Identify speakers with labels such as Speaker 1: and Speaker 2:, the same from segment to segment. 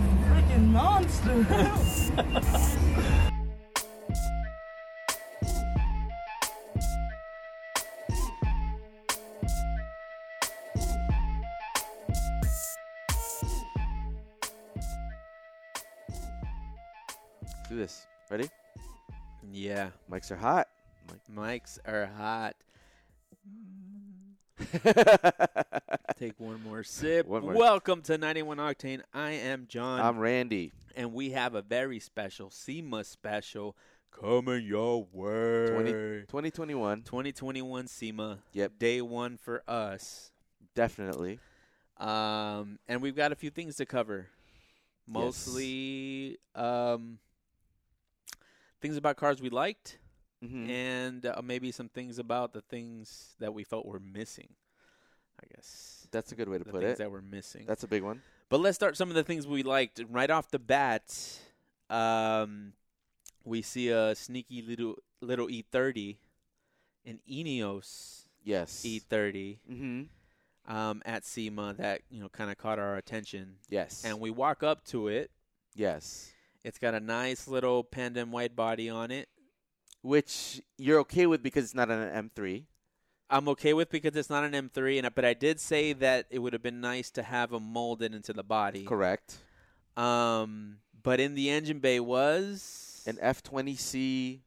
Speaker 1: fucking monster.
Speaker 2: Let's do this. Ready?
Speaker 3: Yeah.
Speaker 2: Mics are hot.
Speaker 3: Mics are hot. Take one more sip.
Speaker 2: One more.
Speaker 3: Welcome to 91 Octane. I am John,
Speaker 2: I'm Randy.
Speaker 3: and we have a very special SEMA special coming your way.
Speaker 2: 2021,
Speaker 3: 2021 SEMA.
Speaker 2: Yep.
Speaker 3: Day one for us.
Speaker 2: definitely.
Speaker 3: Um, and we've got a few things to cover. Mostly um, things about cars we liked.
Speaker 2: Mhm.
Speaker 3: and uh, maybe some things about the things that we felt were missing. I guess
Speaker 2: That's a good way to
Speaker 3: the
Speaker 2: put
Speaker 3: things
Speaker 2: it.
Speaker 3: that were missing.
Speaker 2: That's a big one.
Speaker 3: but let's start some of the things we liked right off the bat. Um, we see a sneaky little little E30, an Eneos
Speaker 2: Yes.
Speaker 3: E30
Speaker 2: Mm-hmm.
Speaker 3: um, at SEMA that you know kind of caught our attention,
Speaker 2: Yes.
Speaker 3: and we walk up to it.
Speaker 2: yes.
Speaker 3: It's got a nice little pandem wide body on it.
Speaker 2: Which you're okay with because it's not an M3.
Speaker 3: I'm okay with because it's not an M3, and I- but I did say that it would have been nice to have them molded into the body.
Speaker 2: Correct.
Speaker 3: Um, but in the engine bay was
Speaker 2: An F20C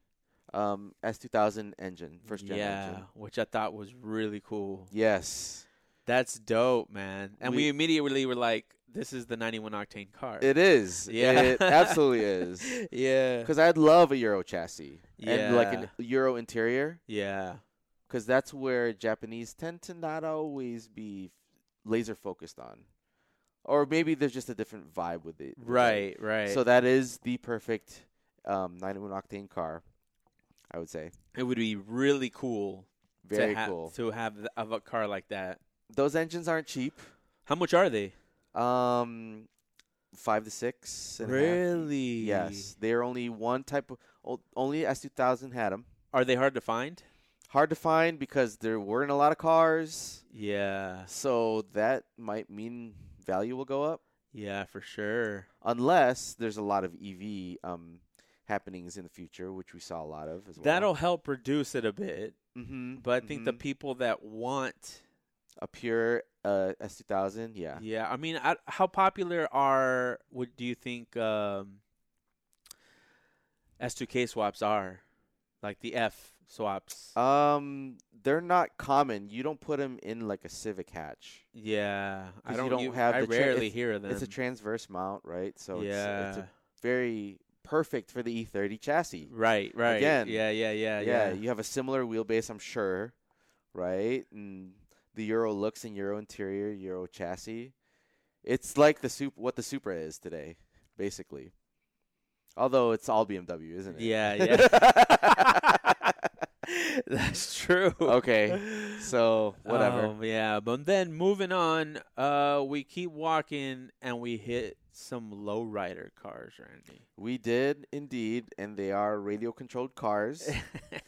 Speaker 2: um, S2000 engine, first gen
Speaker 3: yeah,
Speaker 2: engine.
Speaker 3: which I thought was really cool.
Speaker 2: Yes.
Speaker 3: That's dope, man. And we,
Speaker 2: We-
Speaker 3: immediately were like, "This is the 91 octane car."
Speaker 2: It is.
Speaker 3: Yeah.
Speaker 2: It absolutely is.
Speaker 3: yeah,
Speaker 2: Because I'd love a Euro chassis and like an
Speaker 3: Yeah.
Speaker 2: Euro interior.
Speaker 3: yeah,
Speaker 2: because that's where Japanese tend to not always be f- laser focused on, or maybe there's just a different vibe with it. with it.
Speaker 3: right, right.
Speaker 2: So that is the perfect um, 91 octane car, I would say.
Speaker 3: it would be really cool
Speaker 2: Very
Speaker 3: to have
Speaker 2: cool.
Speaker 3: to have th- of a car like that.
Speaker 2: Those engines aren't cheap.
Speaker 3: How much are they?
Speaker 2: Um, five to six. and a half.
Speaker 3: Really?
Speaker 2: Yes, they're only one type of. o- Only S2000 had them.
Speaker 3: Are they hard to find?
Speaker 2: Hard to find because there weren't a lot of cars,
Speaker 3: Yeah.
Speaker 2: so that might mean value will go up.
Speaker 3: Yeah, for sure.
Speaker 2: unless there's a lot of EV um, happenings in the future, which we saw a lot of as well.
Speaker 3: That'll help reduce it a bit,
Speaker 2: hmm
Speaker 3: but I think the people that want,
Speaker 2: a pure uh, S2000, yeah.
Speaker 3: yeah, I mean, I, how popular are would do you think um, S2K swaps are, like the F swaps?
Speaker 2: Um, they're not common. You don't put them in like a Civic hatch.
Speaker 3: yeah, I
Speaker 2: 'cause you
Speaker 3: don't.
Speaker 2: don't
Speaker 3: u-
Speaker 2: have
Speaker 3: I
Speaker 2: the tra-
Speaker 3: rarely
Speaker 2: it's-
Speaker 3: hear of them.
Speaker 2: It's a transverse mount, right? So
Speaker 3: yeah,
Speaker 2: it's, it's a very perfect for the E30 chassis.
Speaker 3: right, right.
Speaker 2: again,
Speaker 3: yeah, yeah,
Speaker 2: yeah,
Speaker 3: yeah, yeah,
Speaker 2: you have a similar wheelbase, I'm sure, right? And the Euro looks and Euro interior, Euro chassis. It's like the sup- what the Supra is today, basically. Although it's all BMW, isn't it?
Speaker 3: yeah, yeah.
Speaker 2: yeah.
Speaker 3: That's true.
Speaker 2: okay, so whatever.
Speaker 3: Um, yeah, but then moving on, uh, we keep walking and we hit some lowrider cars, Randy.
Speaker 2: We did indeed, and they are radio controlled cars.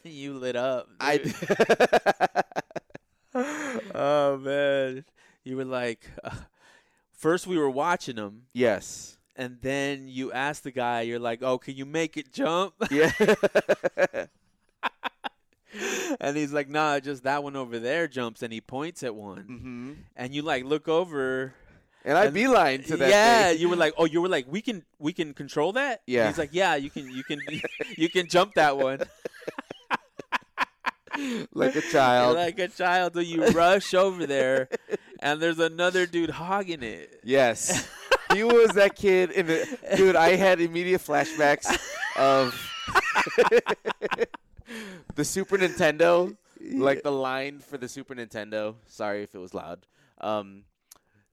Speaker 3: you lit up.
Speaker 2: I
Speaker 3: dude. oh man, you were like, uh, first we were watching them,
Speaker 2: yes.
Speaker 3: and then you asked the guy, you're like, oh, can you make it jump?
Speaker 2: Yeah.
Speaker 3: and he's like, nah, just that one over there jumps, and he points at one,
Speaker 2: hmm
Speaker 3: and you like look over.
Speaker 2: And I
Speaker 3: And-
Speaker 2: beeline to that.
Speaker 3: yeah,
Speaker 2: thing.
Speaker 3: you were like, oh, you were like, we can we can control that.
Speaker 2: Yeah.
Speaker 3: he's like, yeah, you can you can you can jump that one
Speaker 2: like a child.
Speaker 3: like a child. So you rush over there, and there's another dude hogging it.
Speaker 2: Yes. he was that kid in the dude, I had immediate flashbacks of the Super Nintendo. Like the line for the Super Nintendo. Sorry if it was loud. Um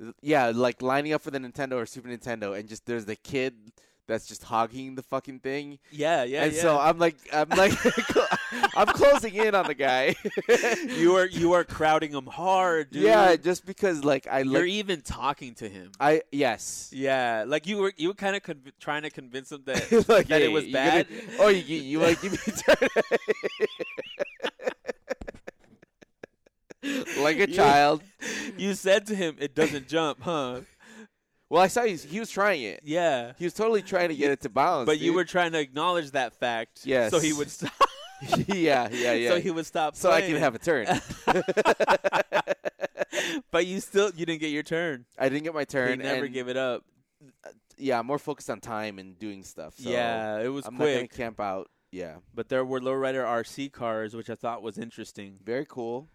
Speaker 2: th- yeah, like lining up for the Nintendo or Super Nintendo and just there's the kid that's just hogging the fucking thing.
Speaker 3: Yeah, yeah.
Speaker 2: and
Speaker 3: yeah.
Speaker 2: so I'm like I'm like I'm closing in on the guy.
Speaker 3: you are you are crowding him hard, dude.
Speaker 2: Yeah, just because like I
Speaker 3: you're e-
Speaker 2: like
Speaker 3: even talking to him.
Speaker 2: I yes.
Speaker 3: yeah, like you were you were kind of conv- trying to convince him that
Speaker 2: like
Speaker 3: that it
Speaker 2: hey,
Speaker 3: was
Speaker 2: you gonna-
Speaker 3: bad.
Speaker 2: oh, you, you, you like give me turn like a
Speaker 3: You-
Speaker 2: child.
Speaker 3: you said to him, "It doesn't jump, huh?"
Speaker 2: Well, I saw he's, he was trying it.
Speaker 3: Yeah.
Speaker 2: He was totally trying to get it to balance.
Speaker 3: But you
Speaker 2: dude.
Speaker 3: were trying to acknowledge that fact.
Speaker 2: Yes.
Speaker 3: So he would stop.
Speaker 2: yeah, yeah, yeah.
Speaker 3: So he would stop.
Speaker 2: so I can
Speaker 3: playing.
Speaker 2: have a turn.
Speaker 3: but you still you didn't get your turn.
Speaker 2: I didn't get my
Speaker 3: You
Speaker 2: turn.
Speaker 3: never
Speaker 2: and
Speaker 3: give it up.
Speaker 2: yeah, I'm more focused on time and doing stuff. So
Speaker 3: yeah, it was
Speaker 2: I'm not gonna
Speaker 3: quick.
Speaker 2: camp out. Yeah,
Speaker 3: But there were lowrider RC cars, which I thought was interesting.
Speaker 2: very cool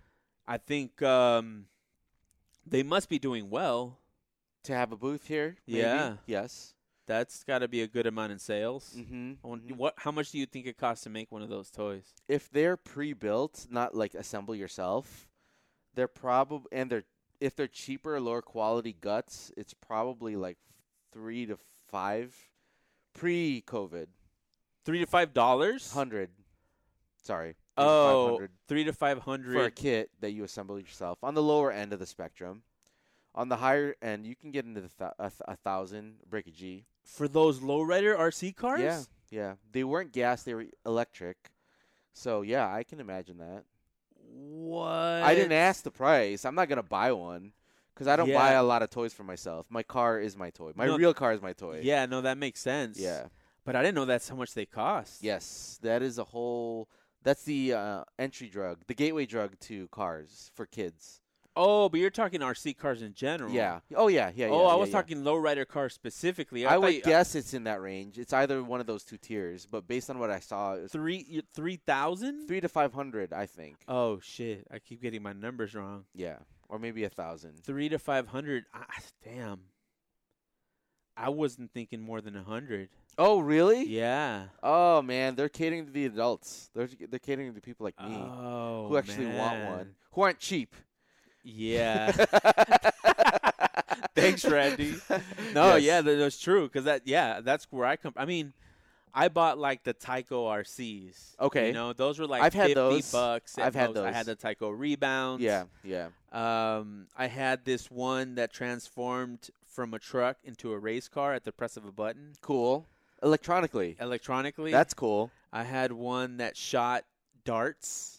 Speaker 3: I think um, they must be doing well.
Speaker 2: to have a booth here. maybe.
Speaker 3: Yeah.
Speaker 2: Yes.
Speaker 3: That's got to be a good amount in sales.
Speaker 2: Mm-hmm.
Speaker 3: I wonder- What? How much do you think it costs to make one of those toys?
Speaker 2: If they're pre-built, not like assemble yourself, they're probably and they're if they're cheaper, lower quality guts, it's probably like three to five pre-COVID.
Speaker 3: Three to five dollars.
Speaker 2: Hundred. Sorry. three to
Speaker 3: Oh,
Speaker 2: 500
Speaker 3: three to five
Speaker 2: for a
Speaker 3: hundred.
Speaker 2: kit that you assemble yourself on the lower end of the spectrum. On the higher end, you can get into the th- a, th- a thousand, break a G.
Speaker 3: For those lowrider RC cars.
Speaker 2: Yeah, yeah. They weren't gas; they were electric. So yeah, I can imagine that.
Speaker 3: What?
Speaker 2: I didn't ask the price. I'm not gonna buy one because I don't
Speaker 3: Yeah.
Speaker 2: buy a lot of toys for myself. My car is my toy. My
Speaker 3: No,
Speaker 2: real car is my toy.
Speaker 3: Yeah, no, that makes sense.
Speaker 2: yeah,
Speaker 3: But I didn't know that's how much they cost.
Speaker 2: yes. That is a whole. That's the uh, entry drug, the gateway drug to cars for kids.
Speaker 3: Oh, but you're talking RC cars in general.
Speaker 2: Yeah. Oh yeah, yeah.
Speaker 3: oh,
Speaker 2: yeah,
Speaker 3: I
Speaker 2: yeah,
Speaker 3: was
Speaker 2: yeah.
Speaker 3: talking lowrider cars specifically. I,
Speaker 2: I
Speaker 3: thought
Speaker 2: would
Speaker 3: you-
Speaker 2: guess it's in that range. It's either one of those two tiers, but based on what I saw, it was
Speaker 3: three you- three thousand.
Speaker 2: three to five hundred, I think.
Speaker 3: Oh shit! I keep getting my numbers wrong.
Speaker 2: Yeah, or maybe a thousand.
Speaker 3: Three to five hundred. Ah, damn. I wasn't thinking more than a hundred.
Speaker 2: Oh, really?
Speaker 3: Yeah.
Speaker 2: Oh man, they're catering to the adults. They're they're catering to people like me
Speaker 3: Oh,
Speaker 2: who actually want
Speaker 3: man.
Speaker 2: one, who aren't cheap.
Speaker 3: Yeah. Thanks, Randy. No,
Speaker 2: Yes.
Speaker 3: yeah, that, that's true. Cause that, yeah, that's where I come. I mean, I bought like the Tyco RCs.
Speaker 2: Okay.
Speaker 3: you know those were like
Speaker 2: I've had
Speaker 3: fifty
Speaker 2: those.
Speaker 3: bucks. at
Speaker 2: I've had
Speaker 3: most. I had the
Speaker 2: those.
Speaker 3: Tyco Rebounds.
Speaker 2: Yeah, yeah.
Speaker 3: Um, I had this one that transformed from a truck into a race car at the press of a button
Speaker 2: Cool. Electronically,
Speaker 3: electronically.
Speaker 2: that's cool.
Speaker 3: I had one that shot darts.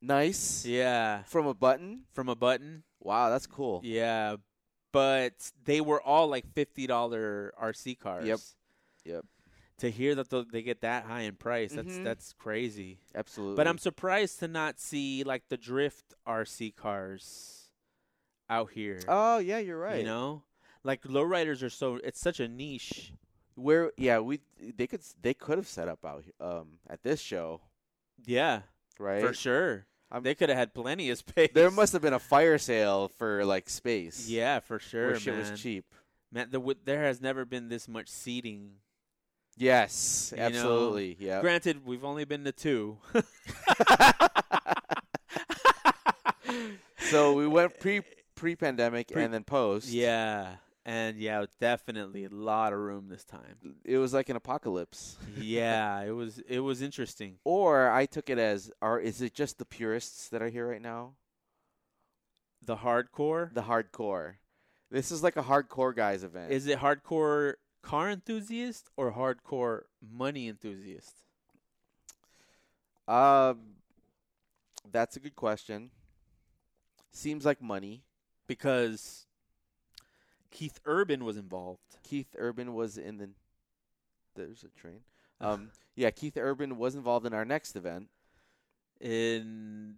Speaker 2: Nice.
Speaker 3: Yeah,
Speaker 2: From a button.
Speaker 3: from a button.
Speaker 2: Wow, that's cool.
Speaker 3: Yeah, but they were all like fifty dollar RC cars.
Speaker 2: Yep.
Speaker 3: To hear that tho- they get that high in price, that's
Speaker 2: Mhm.
Speaker 3: that's crazy.
Speaker 2: Absolutely.
Speaker 3: But I'm surprised to not see like the drift RC cars out here.
Speaker 2: Oh yeah, you're right.
Speaker 3: You know, like lowriders are so it's such a niche.
Speaker 2: Where yeah, we they could s- they could have set up out he- um at this show,
Speaker 3: Yeah,
Speaker 2: right?
Speaker 3: for sure.
Speaker 2: I'm-
Speaker 3: they could have had plenty of space.
Speaker 2: There must have been a fire sale for like space.
Speaker 3: Yeah, for sure,
Speaker 2: where shit
Speaker 3: man.
Speaker 2: was cheap.
Speaker 3: Man, the, w- there has never been this much seating.
Speaker 2: Yes,
Speaker 3: You know,
Speaker 2: absolutely. Yeah.
Speaker 3: Granted, we've only been to two.
Speaker 2: so we went pre pre pandemic
Speaker 3: Pre-
Speaker 2: and then post.
Speaker 3: Yeah, and yeah, definitely a lot of room this time.
Speaker 2: It was like an apocalypse.
Speaker 3: Yeah, it was it was interesting.
Speaker 2: Or I took it as are is it just the purists that are here right now?
Speaker 3: The hardcore
Speaker 2: The hardcore. This is like a hardcore guys event.
Speaker 3: is it hardcore car enthusiast or hardcore money enthusiast?
Speaker 2: um that's a good question. Seems like money.
Speaker 3: Because Keith Urban was involved.
Speaker 2: Keith Urban was in the. There's a train. Um, yeah, Keith Urban was involved in our next event.
Speaker 3: In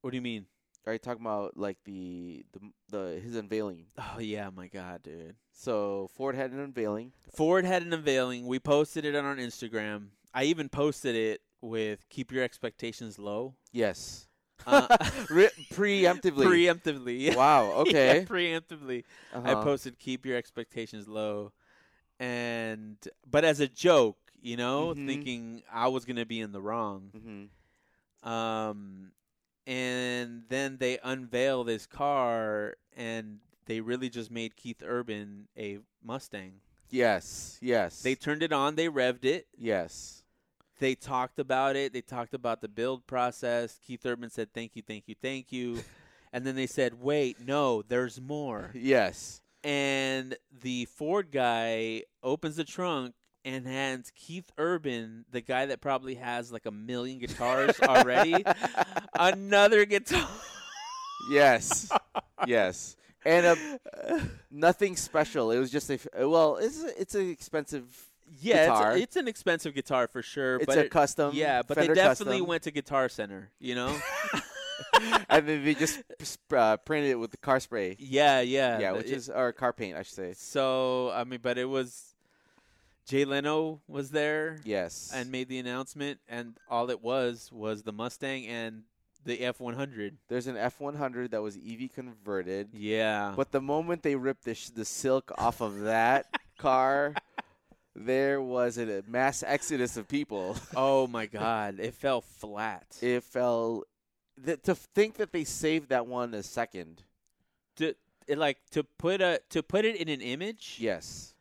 Speaker 3: what do you mean?
Speaker 2: Are you talking about like the the the his unveiling?
Speaker 3: Oh yeah, my god, dude.
Speaker 2: So Ford had an unveiling.
Speaker 3: Ford had an unveiling. We posted it on our Instagram. I even posted it with keep your expectations low.
Speaker 2: Yes,
Speaker 3: Uh,
Speaker 2: Re- preemptively.
Speaker 3: preemptively. yeah.
Speaker 2: wow.
Speaker 3: Yeah,
Speaker 2: Okay.
Speaker 3: preemptively. I
Speaker 2: Uh-huh.
Speaker 3: posted keep your expectations low and but as a joke, you know,
Speaker 2: Mhm.
Speaker 3: thinking I was going to be in the wrong.
Speaker 2: Mhm.
Speaker 3: Um and then they unveil this car and they really just made Keith Urban a Mustang.
Speaker 2: Yes. Yes.
Speaker 3: They turned it on, they revved it.
Speaker 2: yes.
Speaker 3: They talked about it. They talked about the build process. Keith Urban said, "Thank you, thank you, thank you," and then they said, "Wait, no, there's more."
Speaker 2: Yes.
Speaker 3: and the Ford guy opens the trunk and hands Keith Urban, the guy that probably has like a million guitars already, another guitar.
Speaker 2: yes. Yes. and a, nothing special. It was just a f- well, it's a, it's an expensive.
Speaker 3: yeah,
Speaker 2: guitar.
Speaker 3: it's, it's an expensive guitar for sure.
Speaker 2: It's
Speaker 3: but
Speaker 2: a
Speaker 3: it-
Speaker 2: custom.
Speaker 3: yeah, but
Speaker 2: Fender
Speaker 3: they definitely
Speaker 2: custom.
Speaker 3: went to Guitar Center. You know.
Speaker 2: and then they just sp- uh, printed it with the car spray.
Speaker 3: yeah, yeah,
Speaker 2: Yeah,
Speaker 3: the-
Speaker 2: which
Speaker 3: it-
Speaker 2: is or car paint, I should say.
Speaker 3: So I mean, but it was Jay Leno was there
Speaker 2: Yes.
Speaker 3: and made the announcement, and all it was was the Mustang and the F one hundred.
Speaker 2: there's an F100 that was EV converted.
Speaker 3: Yeah,
Speaker 2: But the moment they ripped the, sh- the silk off of that car, there was a a mass exodus of people.
Speaker 3: oh my God, it fell flat.
Speaker 2: It fell. Th- to think that they saved that one a second.
Speaker 3: to, it like to put a to put it in an image.
Speaker 2: Yes.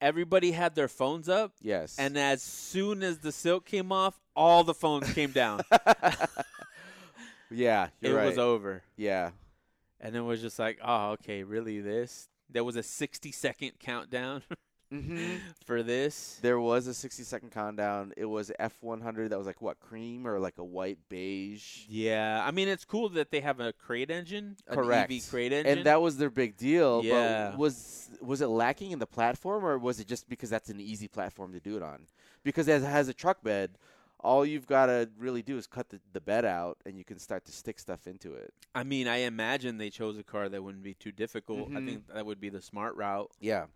Speaker 3: everybody had their phones up,
Speaker 2: Yes.
Speaker 3: and as soon as the silk came off, all the phones came down.
Speaker 2: yeah,
Speaker 3: it
Speaker 2: you're right.
Speaker 3: was over,
Speaker 2: yeah.
Speaker 3: and it was just like, oh, okay, really? This? There was a sixty second countdown
Speaker 2: hmm
Speaker 3: for this.
Speaker 2: There was a 60 second countdown. It was F100 that was like what cream or like a white beige.
Speaker 3: Yeah, I mean it's cool that they have a crate engine,
Speaker 2: Correct.
Speaker 3: an EV crate engine,
Speaker 2: And that was their big deal.
Speaker 3: Yeah.
Speaker 2: But was was it lacking in the platform, or was it just because that's an easy platform to do it on? Because as it has a truck bed, all you've got to really do is cut the, the bed out, and you can start to stick stuff into it.
Speaker 3: I mean, I imagine they chose a car that wouldn't be too difficult. I
Speaker 2: Mhm.
Speaker 3: think that would be the smart route.
Speaker 2: Yeah.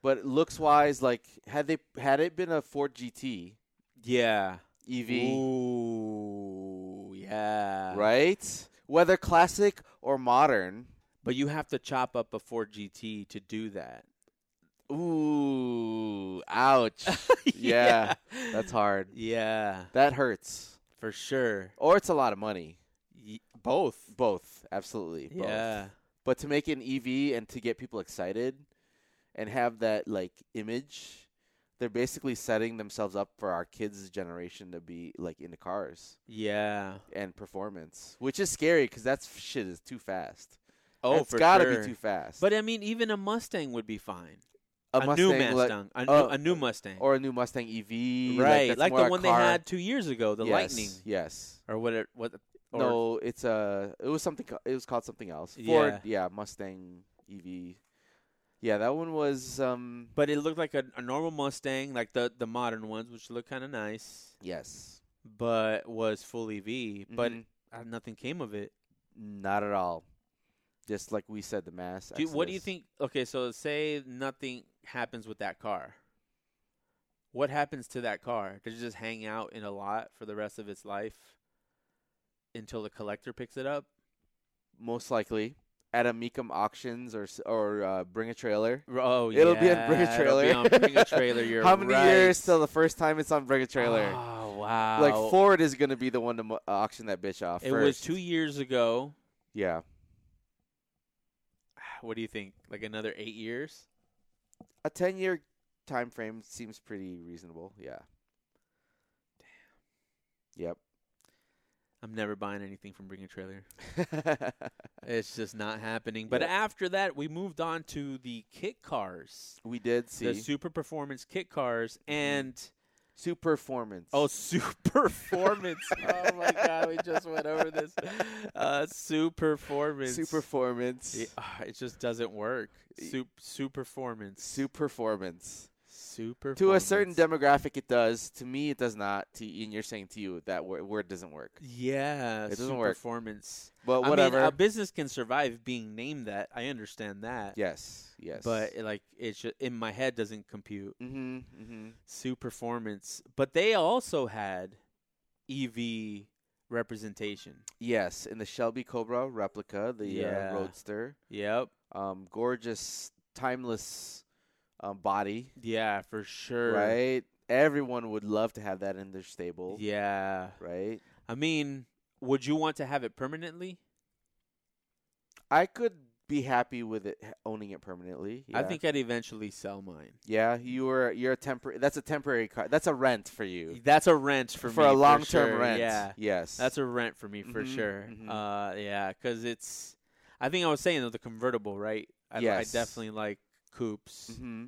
Speaker 2: But looks wise, like had they had it been a Ford E GT
Speaker 3: Yeah.
Speaker 2: EV,
Speaker 3: Ooh, yeah.
Speaker 2: right? Whether classic or modern.
Speaker 3: But you have to chop up a Ford GT to do that.
Speaker 2: Ooh, ouch. Yeah, That's hard.
Speaker 3: Yeah,
Speaker 2: That hurts.
Speaker 3: for sure.
Speaker 2: Or it's a lot of money.
Speaker 3: Y- both.
Speaker 2: Both, absolutely. Both.
Speaker 3: Yeah.
Speaker 2: But to make an EV and to get people excited and have that like image, they're basically setting themselves up for our kids' generation to be like into cars
Speaker 3: Yeah.
Speaker 2: and performance, which is scary because that shit is too fast.
Speaker 3: Oh,
Speaker 2: it's
Speaker 3: for
Speaker 2: gotta
Speaker 3: sure.
Speaker 2: be too fast.
Speaker 3: But I mean, even a Mustang would be fine.
Speaker 2: a,
Speaker 3: new
Speaker 2: Mustang, like-
Speaker 3: Mustang, a,
Speaker 2: oh,
Speaker 3: new, a new Mustang,
Speaker 2: or a new Mustang EV,
Speaker 3: right?
Speaker 2: that's
Speaker 3: Like,
Speaker 2: more
Speaker 3: the
Speaker 2: a
Speaker 3: one
Speaker 2: car-
Speaker 3: they had two years ago, the
Speaker 2: Yes,
Speaker 3: Lightning,
Speaker 2: Yes.
Speaker 3: or what? It, what? Or,
Speaker 2: no, it's a. It was something. ca- It was called something else.
Speaker 3: Yeah.
Speaker 2: Ford. Yeah, Mustang EV. Yeah, that one was. um
Speaker 3: But it looked like a, a normal Mustang, like the the modern ones, which look kind of nice,
Speaker 2: Yes.
Speaker 3: but was full EV. But
Speaker 2: Mhm.
Speaker 3: uh, nothing came of it.
Speaker 2: not at all. Just like we said, the mass.
Speaker 3: Do, what do you
Speaker 2: exodus.
Speaker 3: think? Okay, so say nothing happens with that car. What happens to that car? Does it just hang out in a lot for the rest of its life until the collector picks it up?
Speaker 2: Most likely at a Mecum auctions or s- or uh, bring a trailer.
Speaker 3: R- Oh,
Speaker 2: It'll
Speaker 3: yeah,
Speaker 2: be on bring a trailer.
Speaker 3: It'll be on bring a trailer. You're
Speaker 2: How many
Speaker 3: right.
Speaker 2: years till the first time it's on bring a trailer?
Speaker 3: Oh wow!
Speaker 2: Like Ford is gonna be the one to mo- uh, auction that bitch off.
Speaker 3: It
Speaker 2: first.
Speaker 3: was two years ago.
Speaker 2: Yeah,
Speaker 3: What do you think? Like another eight years?
Speaker 2: a ten year time frame seems pretty reasonable. Yeah. Damn.
Speaker 3: I'm never buying anything from Bring a Trailer.
Speaker 2: Yep.
Speaker 3: It's just not happening. But
Speaker 2: Yep.
Speaker 3: after that, we moved on to the kit cars.
Speaker 2: we did see Mm-hmm.
Speaker 3: the super performance kit cars and
Speaker 2: super performance.
Speaker 3: oh super performance oh my god we just went over this uh super performance
Speaker 2: super performance.
Speaker 3: it, ah, it just doesn't work
Speaker 2: Y-
Speaker 3: Sup super performance
Speaker 2: Super performance.
Speaker 3: super
Speaker 2: to a certain demographic it does to me it does not to and you're saying to you that word, word doesn't work
Speaker 3: yeah
Speaker 2: It doesn't
Speaker 3: super
Speaker 2: work.
Speaker 3: performance
Speaker 2: but
Speaker 3: I mean,
Speaker 2: whatever
Speaker 3: a business can survive being named that i understand that
Speaker 2: yes yes
Speaker 3: but eh, like it ju- in my head doesn't compute
Speaker 2: mm-hmm, mm-hmm.
Speaker 3: Sue performance but they also had ev representation
Speaker 2: yes in the shelby cobra replica the
Speaker 3: Yeah.
Speaker 2: uh, roadster
Speaker 3: yep
Speaker 2: um gorgeous timeless um, body
Speaker 3: Yeah, for sure.
Speaker 2: right everyone would love to have that in their stable
Speaker 3: Yeah.
Speaker 2: right
Speaker 3: I mean, would you want to have it permanently?
Speaker 2: i could be happy with it owning it permanently
Speaker 3: I
Speaker 2: yeah.
Speaker 3: think I'd eventually sell mine.
Speaker 2: yeah you were you're a temporary that's a temporary car that's a rent for you
Speaker 3: That's a rent for, me.
Speaker 2: a long term
Speaker 3: sure.
Speaker 2: rent
Speaker 3: Yeah.
Speaker 2: yes
Speaker 3: That's a rent for me for
Speaker 2: Mhm,
Speaker 3: sure.
Speaker 2: mhm.
Speaker 3: Uh yeah, cuz it's I think I was saying though, the convertible, right? I, li-
Speaker 2: Yes.
Speaker 3: I definitely like coupes,
Speaker 2: Mm-hmm.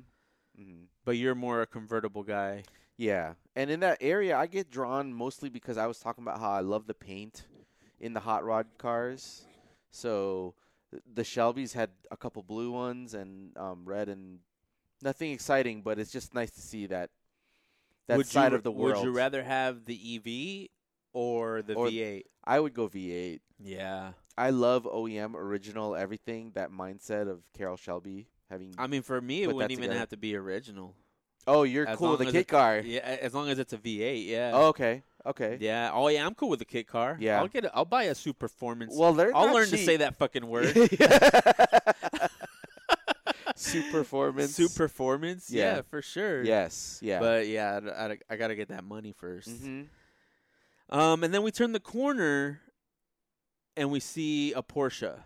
Speaker 2: Mm-hmm.
Speaker 3: but you're more a convertible guy.
Speaker 2: Yeah, and in that area, I get drawn mostly because I was talking about how I love the paint in the hot rod cars. So the Shelby's had a couple blue ones and um, red and nothing exciting, but it's just nice to see that that
Speaker 3: would
Speaker 2: side
Speaker 3: you,
Speaker 2: of the
Speaker 3: would
Speaker 2: world.
Speaker 3: you rather have the EV or the
Speaker 2: Or-
Speaker 3: V8?
Speaker 2: I would go V8.
Speaker 3: Yeah.
Speaker 2: I love OEM original everything. That mindset of Carol Shelby having.
Speaker 3: I mean, for me,
Speaker 2: Put
Speaker 3: it
Speaker 2: that
Speaker 3: wouldn't even
Speaker 2: together.
Speaker 3: have to be original.
Speaker 2: oh, you're
Speaker 3: as
Speaker 2: cool with
Speaker 3: long
Speaker 2: a
Speaker 3: as
Speaker 2: kit
Speaker 3: it-
Speaker 2: car.
Speaker 3: Yeah, a- as long as it's a V8. Yeah.
Speaker 2: Oh, okay, okay.
Speaker 3: Yeah. Oh yeah, I'm cool with the kit car.
Speaker 2: Yeah.
Speaker 3: I'll get. A, I'll buy a super performance.
Speaker 2: Well, they're
Speaker 3: I'll
Speaker 2: not
Speaker 3: learn to
Speaker 2: cheap.
Speaker 3: say that fucking word.
Speaker 2: that. Super performance.
Speaker 3: Super performance. Yeah.
Speaker 2: Yeah.
Speaker 3: for sure.
Speaker 2: Yes. Yeah.
Speaker 3: But mm-hmm. yeah, I'd- I'd- I, gotta get that money 1st
Speaker 2: hmm
Speaker 3: Um, and then we turn the corner, and we see a Porsche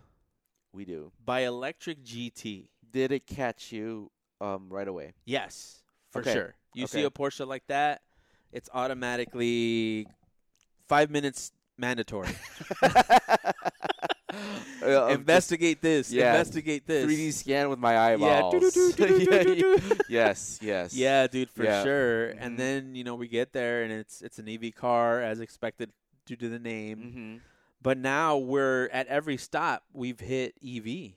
Speaker 2: We do.
Speaker 3: by Electric GT.
Speaker 2: Did it catch you um, right away?
Speaker 3: Yes, for
Speaker 2: Okay.
Speaker 3: sure. You
Speaker 2: Okay.
Speaker 3: see a Porsche like that, it's automatically five minutes mandatory.
Speaker 2: Uh, um,
Speaker 3: investigate this.
Speaker 2: yeah,
Speaker 3: Investigate this.
Speaker 2: 3D scan with my
Speaker 3: Yeah.
Speaker 2: eyeballs.
Speaker 3: doo-doo-doo-doo-doo-doo-doo.
Speaker 2: yes, yes.
Speaker 3: Yeah, dude, for
Speaker 2: Yeah.
Speaker 3: sure.
Speaker 2: Mhm.
Speaker 3: And then you know we get there, and it's it's an EV car as expected due to the name.
Speaker 2: hmm
Speaker 3: But now we're at every stop we've hit E EV.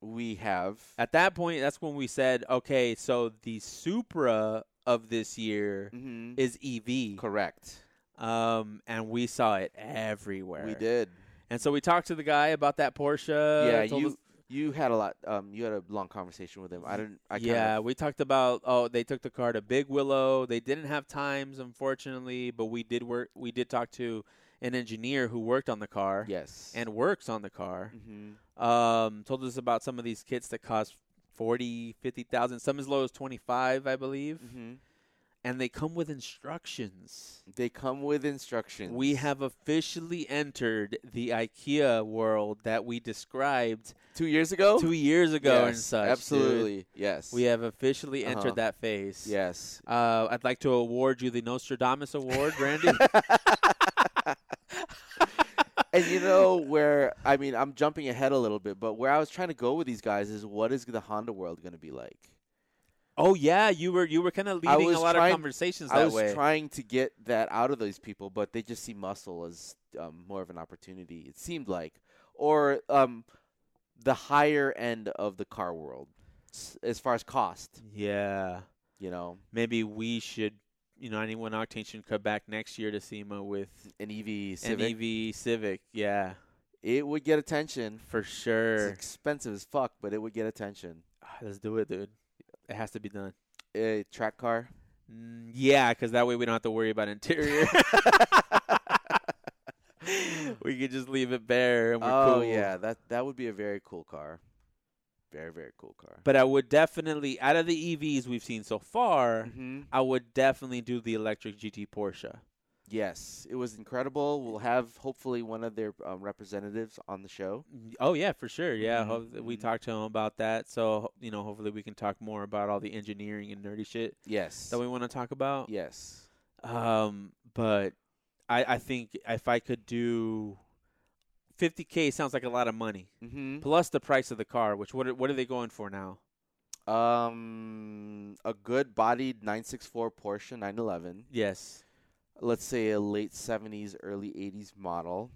Speaker 2: We have.
Speaker 3: At that point, that's when we said, okay, so the Supra of this year
Speaker 2: hmm
Speaker 3: is EV,
Speaker 2: Correct.
Speaker 3: um, and we saw it everywhere.
Speaker 2: We did.
Speaker 3: And so we talked to the guy about that Porsche.
Speaker 2: yeah,
Speaker 3: Uh, told
Speaker 2: you
Speaker 3: us-
Speaker 2: you had a lot. Um, you had a long conversation with him. I didn't. I kind
Speaker 3: yeah,
Speaker 2: of-
Speaker 3: we talked about oh they took the car to Big Willow. They didn't have times unfortunately, but we did work. We did talk to an engineer who worked on the car
Speaker 2: yes.
Speaker 3: and works on the car.
Speaker 2: hmm
Speaker 3: Um, told us about some of these kits that cost forty, fifty thousand, some as low as twenty five, I believe,
Speaker 2: hmm
Speaker 3: and they come with instructions.
Speaker 2: They come with instructions.
Speaker 3: We have officially entered the IKEA world that we described
Speaker 2: two years ago.
Speaker 3: two years ago
Speaker 2: Oh, Yes,
Speaker 3: and such. dude.
Speaker 2: Absolutely. Yes.
Speaker 3: We have officially
Speaker 2: Uh-huh.
Speaker 3: entered that phase.
Speaker 2: Yes.
Speaker 3: Uh, I'd like to award you the Nostradamus Award, Randy.
Speaker 2: And you know where I mean I'm jumping ahead a little bit, but where I was trying to go with these guys is what is the Honda world going to be like?
Speaker 3: oh yeah, you were you were kind of leading
Speaker 2: was
Speaker 3: a lot
Speaker 2: trying-
Speaker 3: of conversations that
Speaker 2: I was
Speaker 3: way.
Speaker 2: trying to get that out of those people, but they just see muscle as um, more of an opportunity. It seemed like, or um, the higher end of the car world s- as far as cost.
Speaker 3: yeah,
Speaker 2: You know,
Speaker 3: maybe we should, you know, anyone octane should come back next year to SEMA with
Speaker 2: an EV Civic,
Speaker 3: an E EV Civic. Yeah,
Speaker 2: it would get attention.
Speaker 3: for
Speaker 2: It's
Speaker 3: sure.
Speaker 2: expensive as fuck, but it would get attention.
Speaker 3: Ah, Let's do it, dude. It has to be done.
Speaker 2: A track car.
Speaker 3: Mm, yeah, because that way we don't have to worry about interior. we could just leave it bare and we're
Speaker 2: oh
Speaker 3: cool.
Speaker 2: yeah, that that would be a very cool car. Very very cool car.
Speaker 3: But I would definitely, out of the EVs we've seen so far,
Speaker 2: hmm
Speaker 3: I would definitely do the electric GT Porsche.
Speaker 2: Yes, it was incredible. We'll have hopefully one of their um, representatives on the show.
Speaker 3: Oh yeah, for sure. Yeah,
Speaker 2: Mhm,
Speaker 3: ho- we
Speaker 2: mhm.
Speaker 3: talked to him about that. So you know, hopefully we can talk more about all the engineering and nerdy shit
Speaker 2: Yes.
Speaker 3: that we want to talk about.
Speaker 2: yes.
Speaker 3: Um, but I I think if I could do. 50k sounds like a lot of money.
Speaker 2: hmm
Speaker 3: Plus the price of the car, which what are, what are they going for now?
Speaker 2: Um, a good bodied 964 Porsche 911.
Speaker 3: Yes.
Speaker 2: Let's say a late 70s, early 80s model.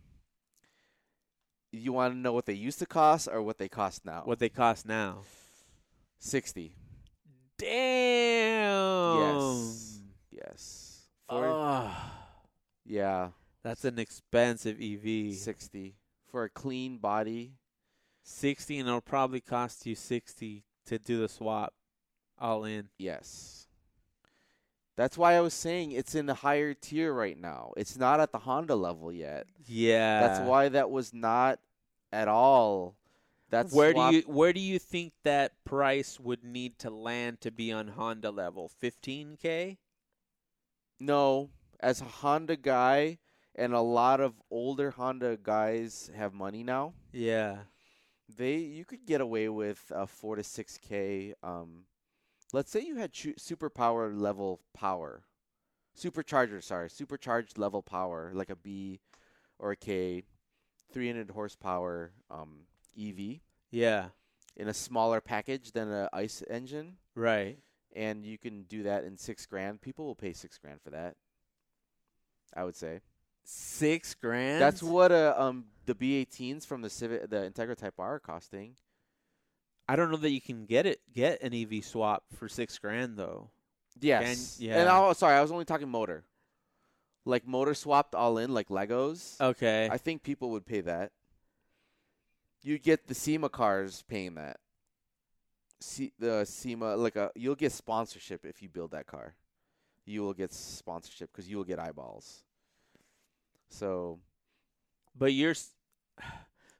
Speaker 2: You want to know what they used to cost or what they cost now?
Speaker 3: What they cost now?
Speaker 2: 60.
Speaker 3: Damn.
Speaker 2: Yes. For
Speaker 3: Ah.
Speaker 2: yeah,
Speaker 3: That's an expensive E EV.
Speaker 2: 60 for a clean body.
Speaker 3: 60 and it'll probably cost you 60 to do the swap all in.
Speaker 2: Yes. That's why I was saying it's in the higher tier right now. It's not at the Honda level yet.
Speaker 3: Yeah.
Speaker 2: That's why that was not at all. That's
Speaker 3: where
Speaker 2: swap-
Speaker 3: do you where do you think that price would need to land to be on Honda level? 15k?
Speaker 2: no as a Honda guy and a lot of older Honda guys have money now.
Speaker 3: Yeah.
Speaker 2: They you could get away with a four to six k. Um, let's say you had chu- superpower level power, supercharger. Sorry, supercharged level power, like a B or a K, three hundred horsepower um, EV
Speaker 3: Yeah.
Speaker 2: in a smaller package than a ICE engine,
Speaker 3: Right.
Speaker 2: and you can do that in six grand. People will pay six grand for that. I would say
Speaker 3: Six grand.
Speaker 2: That's what uh, um the B18s from the Civic, the Integra Type R are costing.
Speaker 3: I don't know that you can get it. Get an EV swap for six grand though.
Speaker 2: Yes. And
Speaker 3: yeah.
Speaker 2: I, sorry, I was only talking motor. Like motor swapped all in, like Legos.
Speaker 3: Okay.
Speaker 2: I think people would pay that. You'd get the SEMA cars paying that. See the SEMA like a you'll get sponsorship if you build that car. You will get sponsorship because you will get eyeballs. So
Speaker 3: but you're. s-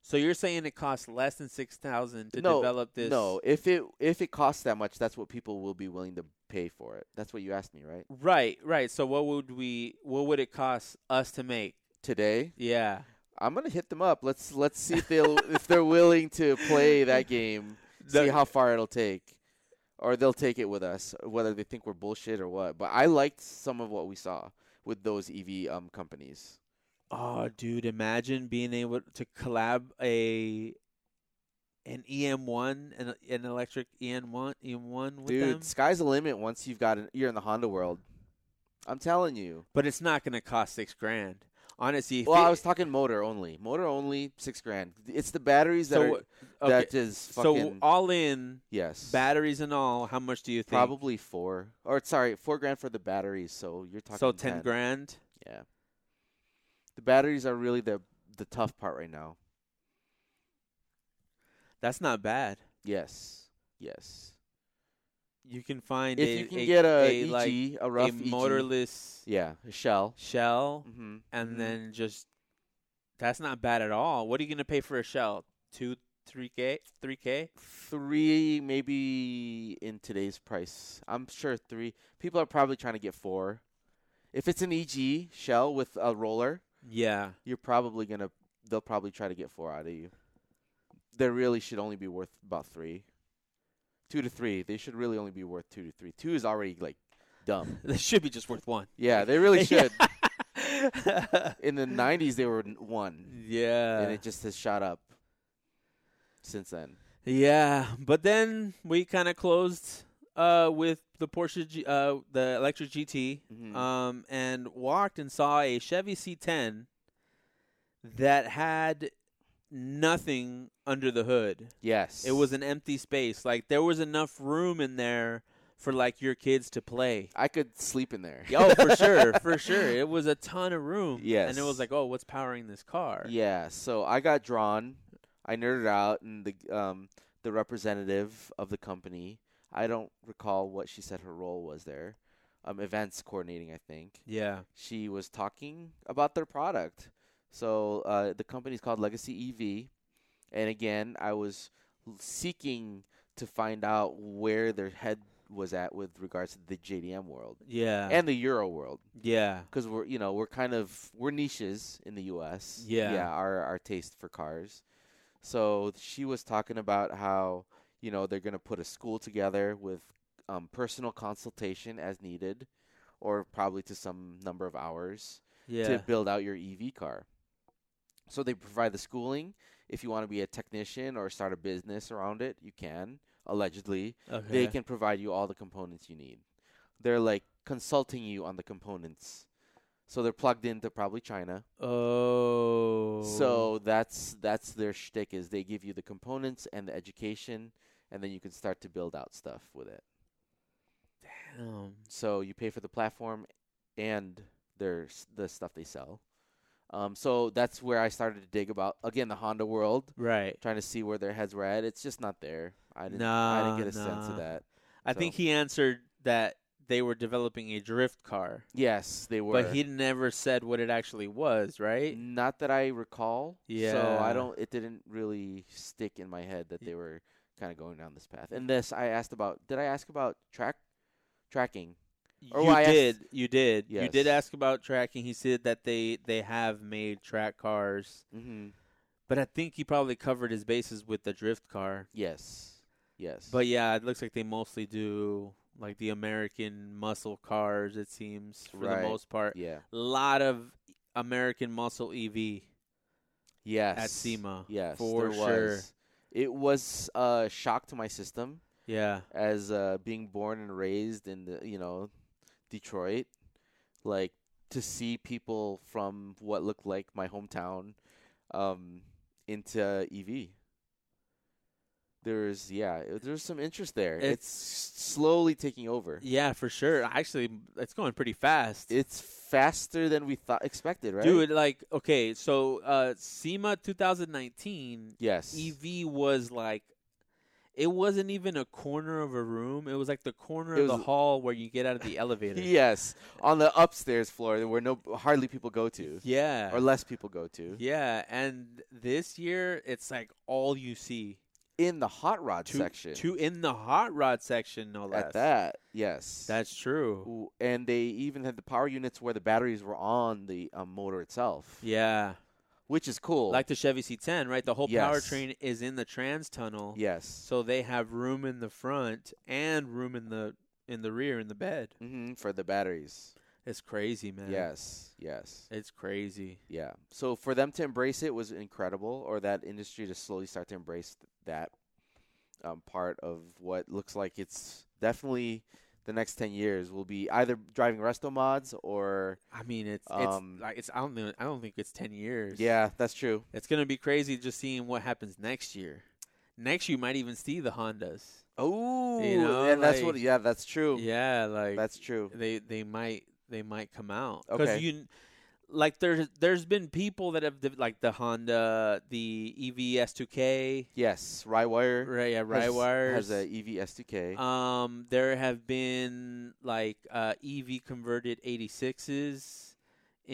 Speaker 3: So you're saying it costs less than six thousand to
Speaker 2: No,
Speaker 3: develop this?
Speaker 2: no, if it if it costs that much, that's what people will be willing to pay for it. That's what you asked me, right?
Speaker 3: Right, right. So what would we? What would it cost us to make?
Speaker 2: Today,
Speaker 3: Yeah.
Speaker 2: I'm gonna hit them up. Let's let's see if they'll if they're willing to play that game. see
Speaker 3: The-
Speaker 2: how far it'll take, or they'll take it with us, whether they think we're bullshit or what. But I liked some of what we saw with those EV um companies.
Speaker 3: Oh, dude! Imagine being able to collab a an EM one and an electric EM one EM one with
Speaker 2: Dude,
Speaker 3: them,
Speaker 2: sky's the limit once you've got an, you're in the Honda world. I'm telling you.
Speaker 3: but it's not going to cost six grand. Honestly, if
Speaker 2: Well,
Speaker 3: it-
Speaker 2: I was talking motor only. Motor only, six grand. It's the batteries that
Speaker 3: so
Speaker 2: are
Speaker 3: what- okay.
Speaker 2: that is
Speaker 3: so
Speaker 2: fucking
Speaker 3: all in
Speaker 2: yes.
Speaker 3: batteries and all, how much do you think?
Speaker 2: Probably four or sorry, four grand for the batteries. So you're talking
Speaker 3: so ten grand.
Speaker 2: Yeah. The batteries are really the the tough part right now.
Speaker 3: That's not bad.
Speaker 2: Yes. Yes.
Speaker 3: You can find
Speaker 2: If
Speaker 3: a,
Speaker 2: you can
Speaker 3: a-
Speaker 2: get a,
Speaker 3: a,
Speaker 2: EG,
Speaker 3: like
Speaker 2: a rough E
Speaker 3: a
Speaker 2: EG.
Speaker 3: motorless
Speaker 2: yeah, a shell.
Speaker 3: shell
Speaker 2: Mm-hmm.
Speaker 3: and then just that's not bad at all. What are you gonna pay for a shell? Two, three k, three k.
Speaker 2: three, maybe in today's price. I'm sure three. People are probably trying to get four. If it's an EG shell with a roller,
Speaker 3: Yeah,
Speaker 2: you're probably gonna. They'll probably try to get four out of you. They really should only be worth about three, two to three. They should really only be worth two to three. Two is already like dumb.
Speaker 3: this should be just worth one.
Speaker 2: Yeah, they really
Speaker 3: Yeah.
Speaker 2: should. In the '90s, they were n- one. and
Speaker 3: yeah,
Speaker 2: it just has shot up since then.
Speaker 3: yeah. But then we kind of closed uh, with the Porsche, G- uh, the electric GT,
Speaker 2: Mhm.
Speaker 3: um, and walked and saw a Chevy C10 that had nothing under the hood.
Speaker 2: Yes,
Speaker 3: It was an empty space. Like there was enough room in there for like your kids to play.
Speaker 2: I could sleep in there.
Speaker 3: Oh, for sure, for sure. It was a ton of room. And it
Speaker 2: Yes.
Speaker 3: was like, oh, what's powering this car?
Speaker 2: Yeah. So I got drawn. I nerded out, and the um the representative of the company. I don't recall what she said her role was there. Um, events coordinating, I think.
Speaker 3: Yeah.
Speaker 2: She was talking about their product. So uh, the company's called Legacy EV, and again, I was l- seeking to find out where their head was at with regards to the JDM world.
Speaker 3: Yeah.
Speaker 2: and the Euro world
Speaker 3: yeah.
Speaker 2: because we're you know we're kind of we're niches in the U.S.
Speaker 3: Yeah.
Speaker 2: yeah, our our taste for cars. So she was talking about how you know they're gonna put a school together with um, personal consultation as needed, or probably to some number of hours
Speaker 3: Yeah.
Speaker 2: to build out your EV car. So they provide the schooling. If you want to be a technician or start a business around it, you can allegedly
Speaker 3: okay.
Speaker 2: they can provide you all the components you need. They're like consulting you on the components. So they're plugged into probably China.
Speaker 3: Oh.
Speaker 2: So that's that's their shtick is they give you the components and the education, and then you can start to build out stuff with it.
Speaker 3: Damn.
Speaker 2: So you pay for the platform and their s- the stuff they sell. Um, so that's where I started to dig about again the Honda world,
Speaker 3: Right.
Speaker 2: trying to see where their heads were at. It's just not there. I didn't I
Speaker 3: Nah,
Speaker 2: didn't get a sense
Speaker 3: nah.
Speaker 2: of that.
Speaker 3: I think he answered that they were developing a drift car,
Speaker 2: Yes, they were.
Speaker 3: but he never said what it actually was. Right.
Speaker 2: Not that I recall. So
Speaker 3: Yeah.
Speaker 2: I don't. It didn't really stick in my head that they were kind of going down this path. And this, I asked about. Did I ask about track tracking? Or
Speaker 3: you
Speaker 2: why oh, I asked-
Speaker 3: did. you did. You did
Speaker 2: Yes.
Speaker 3: ask about tracking. He said that they they have made track cars,
Speaker 2: Mm-hmm.
Speaker 3: but I think he probably covered his bases with the drift car.
Speaker 2: Yes. Yes.
Speaker 3: But yeah, it looks like they mostly do like the American muscle cars. It seems for
Speaker 2: Right.
Speaker 3: the most part,
Speaker 2: yeah.
Speaker 3: a lot of American muscle E EV
Speaker 2: Yes.
Speaker 3: at SEMA.
Speaker 2: Yes.
Speaker 3: for
Speaker 2: there
Speaker 3: sure.
Speaker 2: was. It was a shock to my system
Speaker 3: Yeah,
Speaker 2: as uh, being born and raised in the you know Detroit. Like to see people from what looked like my hometown um, into EV. There's yeah, uh, there's some interest there. It's,
Speaker 3: It's-
Speaker 2: slowly taking over.
Speaker 3: Yeah, for sure. Actually, it's going pretty fast.
Speaker 2: It's faster than we thought expected, right?
Speaker 3: Dude, like, okay, so uh, SEMA 2019,
Speaker 2: yes.
Speaker 3: EV was like, it wasn't even a corner of a room. It was like the corner
Speaker 2: It
Speaker 3: of the
Speaker 2: was-
Speaker 3: hall where you get out of the elevator.
Speaker 2: Yes, on the upstairs floor where no hardly people go to
Speaker 3: Yeah.
Speaker 2: or less people go to.
Speaker 3: yeah. And this year, it's like all you see.
Speaker 2: In the hot rod
Speaker 3: Two,
Speaker 2: section.
Speaker 3: two in the hot rod section, no less.
Speaker 2: at that. Yes.
Speaker 3: That's true.
Speaker 2: W- and they even had the power units where the batteries were on the um, motor itself.
Speaker 3: Yeah.
Speaker 2: Which is cool.
Speaker 3: Like the Chevy C10, right? The whole
Speaker 2: Yes.
Speaker 3: powertrain is in the trans tunnel.
Speaker 2: yes.
Speaker 3: So they have room in the front and room in the in the rear in the bed.
Speaker 2: hmm for the batteries.
Speaker 3: It's crazy, man.
Speaker 2: Yes. Yes.
Speaker 3: It's crazy.
Speaker 2: Yeah. So for them to embrace it was incredible, or that industry to slowly start to embrace th- that um, part of what looks like it's definitely the next ten years will be either driving resto mods or
Speaker 3: I mean, it's
Speaker 2: Um,
Speaker 3: it's like it's I don't know, I don't think it's 10 years.
Speaker 2: yeah, that's true.
Speaker 3: It's going to be crazy just seeing what happens next year. Next year you might even see the Hondas.
Speaker 2: Oh,
Speaker 3: know,
Speaker 2: and that's what
Speaker 3: like-
Speaker 2: yeah, that's true.
Speaker 3: Yeah, like
Speaker 2: That's true.
Speaker 3: they they might they might come out
Speaker 2: Okay.
Speaker 3: you n- like there's there's been people that have de- like the Honda, the E EVS 2K,
Speaker 2: Yes, Rywire
Speaker 3: right? Yeah,
Speaker 2: has-
Speaker 3: Rywires
Speaker 2: has a E EV S2K.
Speaker 3: Um, there have been like uh, EV converted 86s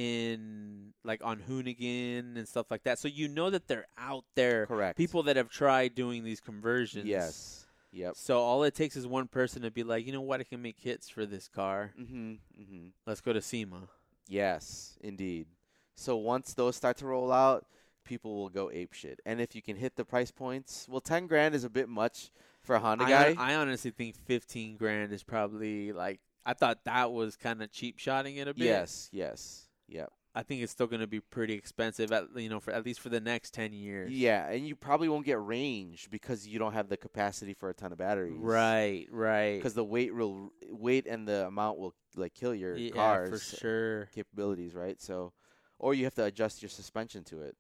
Speaker 3: in like on Hoonigan and stuff like that. So you know that they're out there.
Speaker 2: Correct.
Speaker 3: People that have tried doing these conversions.
Speaker 2: Yes. Yep.
Speaker 3: So all it takes is one person to be like, you know what, I can make hits for this car.
Speaker 2: Mm-hmm. Mm-hmm.
Speaker 3: Let's go to SEMA.
Speaker 2: Yes, indeed. So once those start to roll out, people will go ape shit. And if you can hit the price points, well, ten grand is a bit much for a Honda
Speaker 3: I,
Speaker 2: guy.
Speaker 3: hon- I honestly think 15 grand is probably like I thought that was kind of cheap shotting it a bit.
Speaker 2: yes, yes, yep,
Speaker 3: I think it's still going to be pretty expensive at you know for at least for the next 10 years.
Speaker 2: yeah. And you probably won't get range because you don't have the capacity for a ton of batteries,
Speaker 3: Right, right.
Speaker 2: Because the weight will weight and the amount will like kill your
Speaker 3: yeah,
Speaker 2: car's
Speaker 3: for sure.
Speaker 2: capabilities, right? So, or you have to adjust your suspension to it.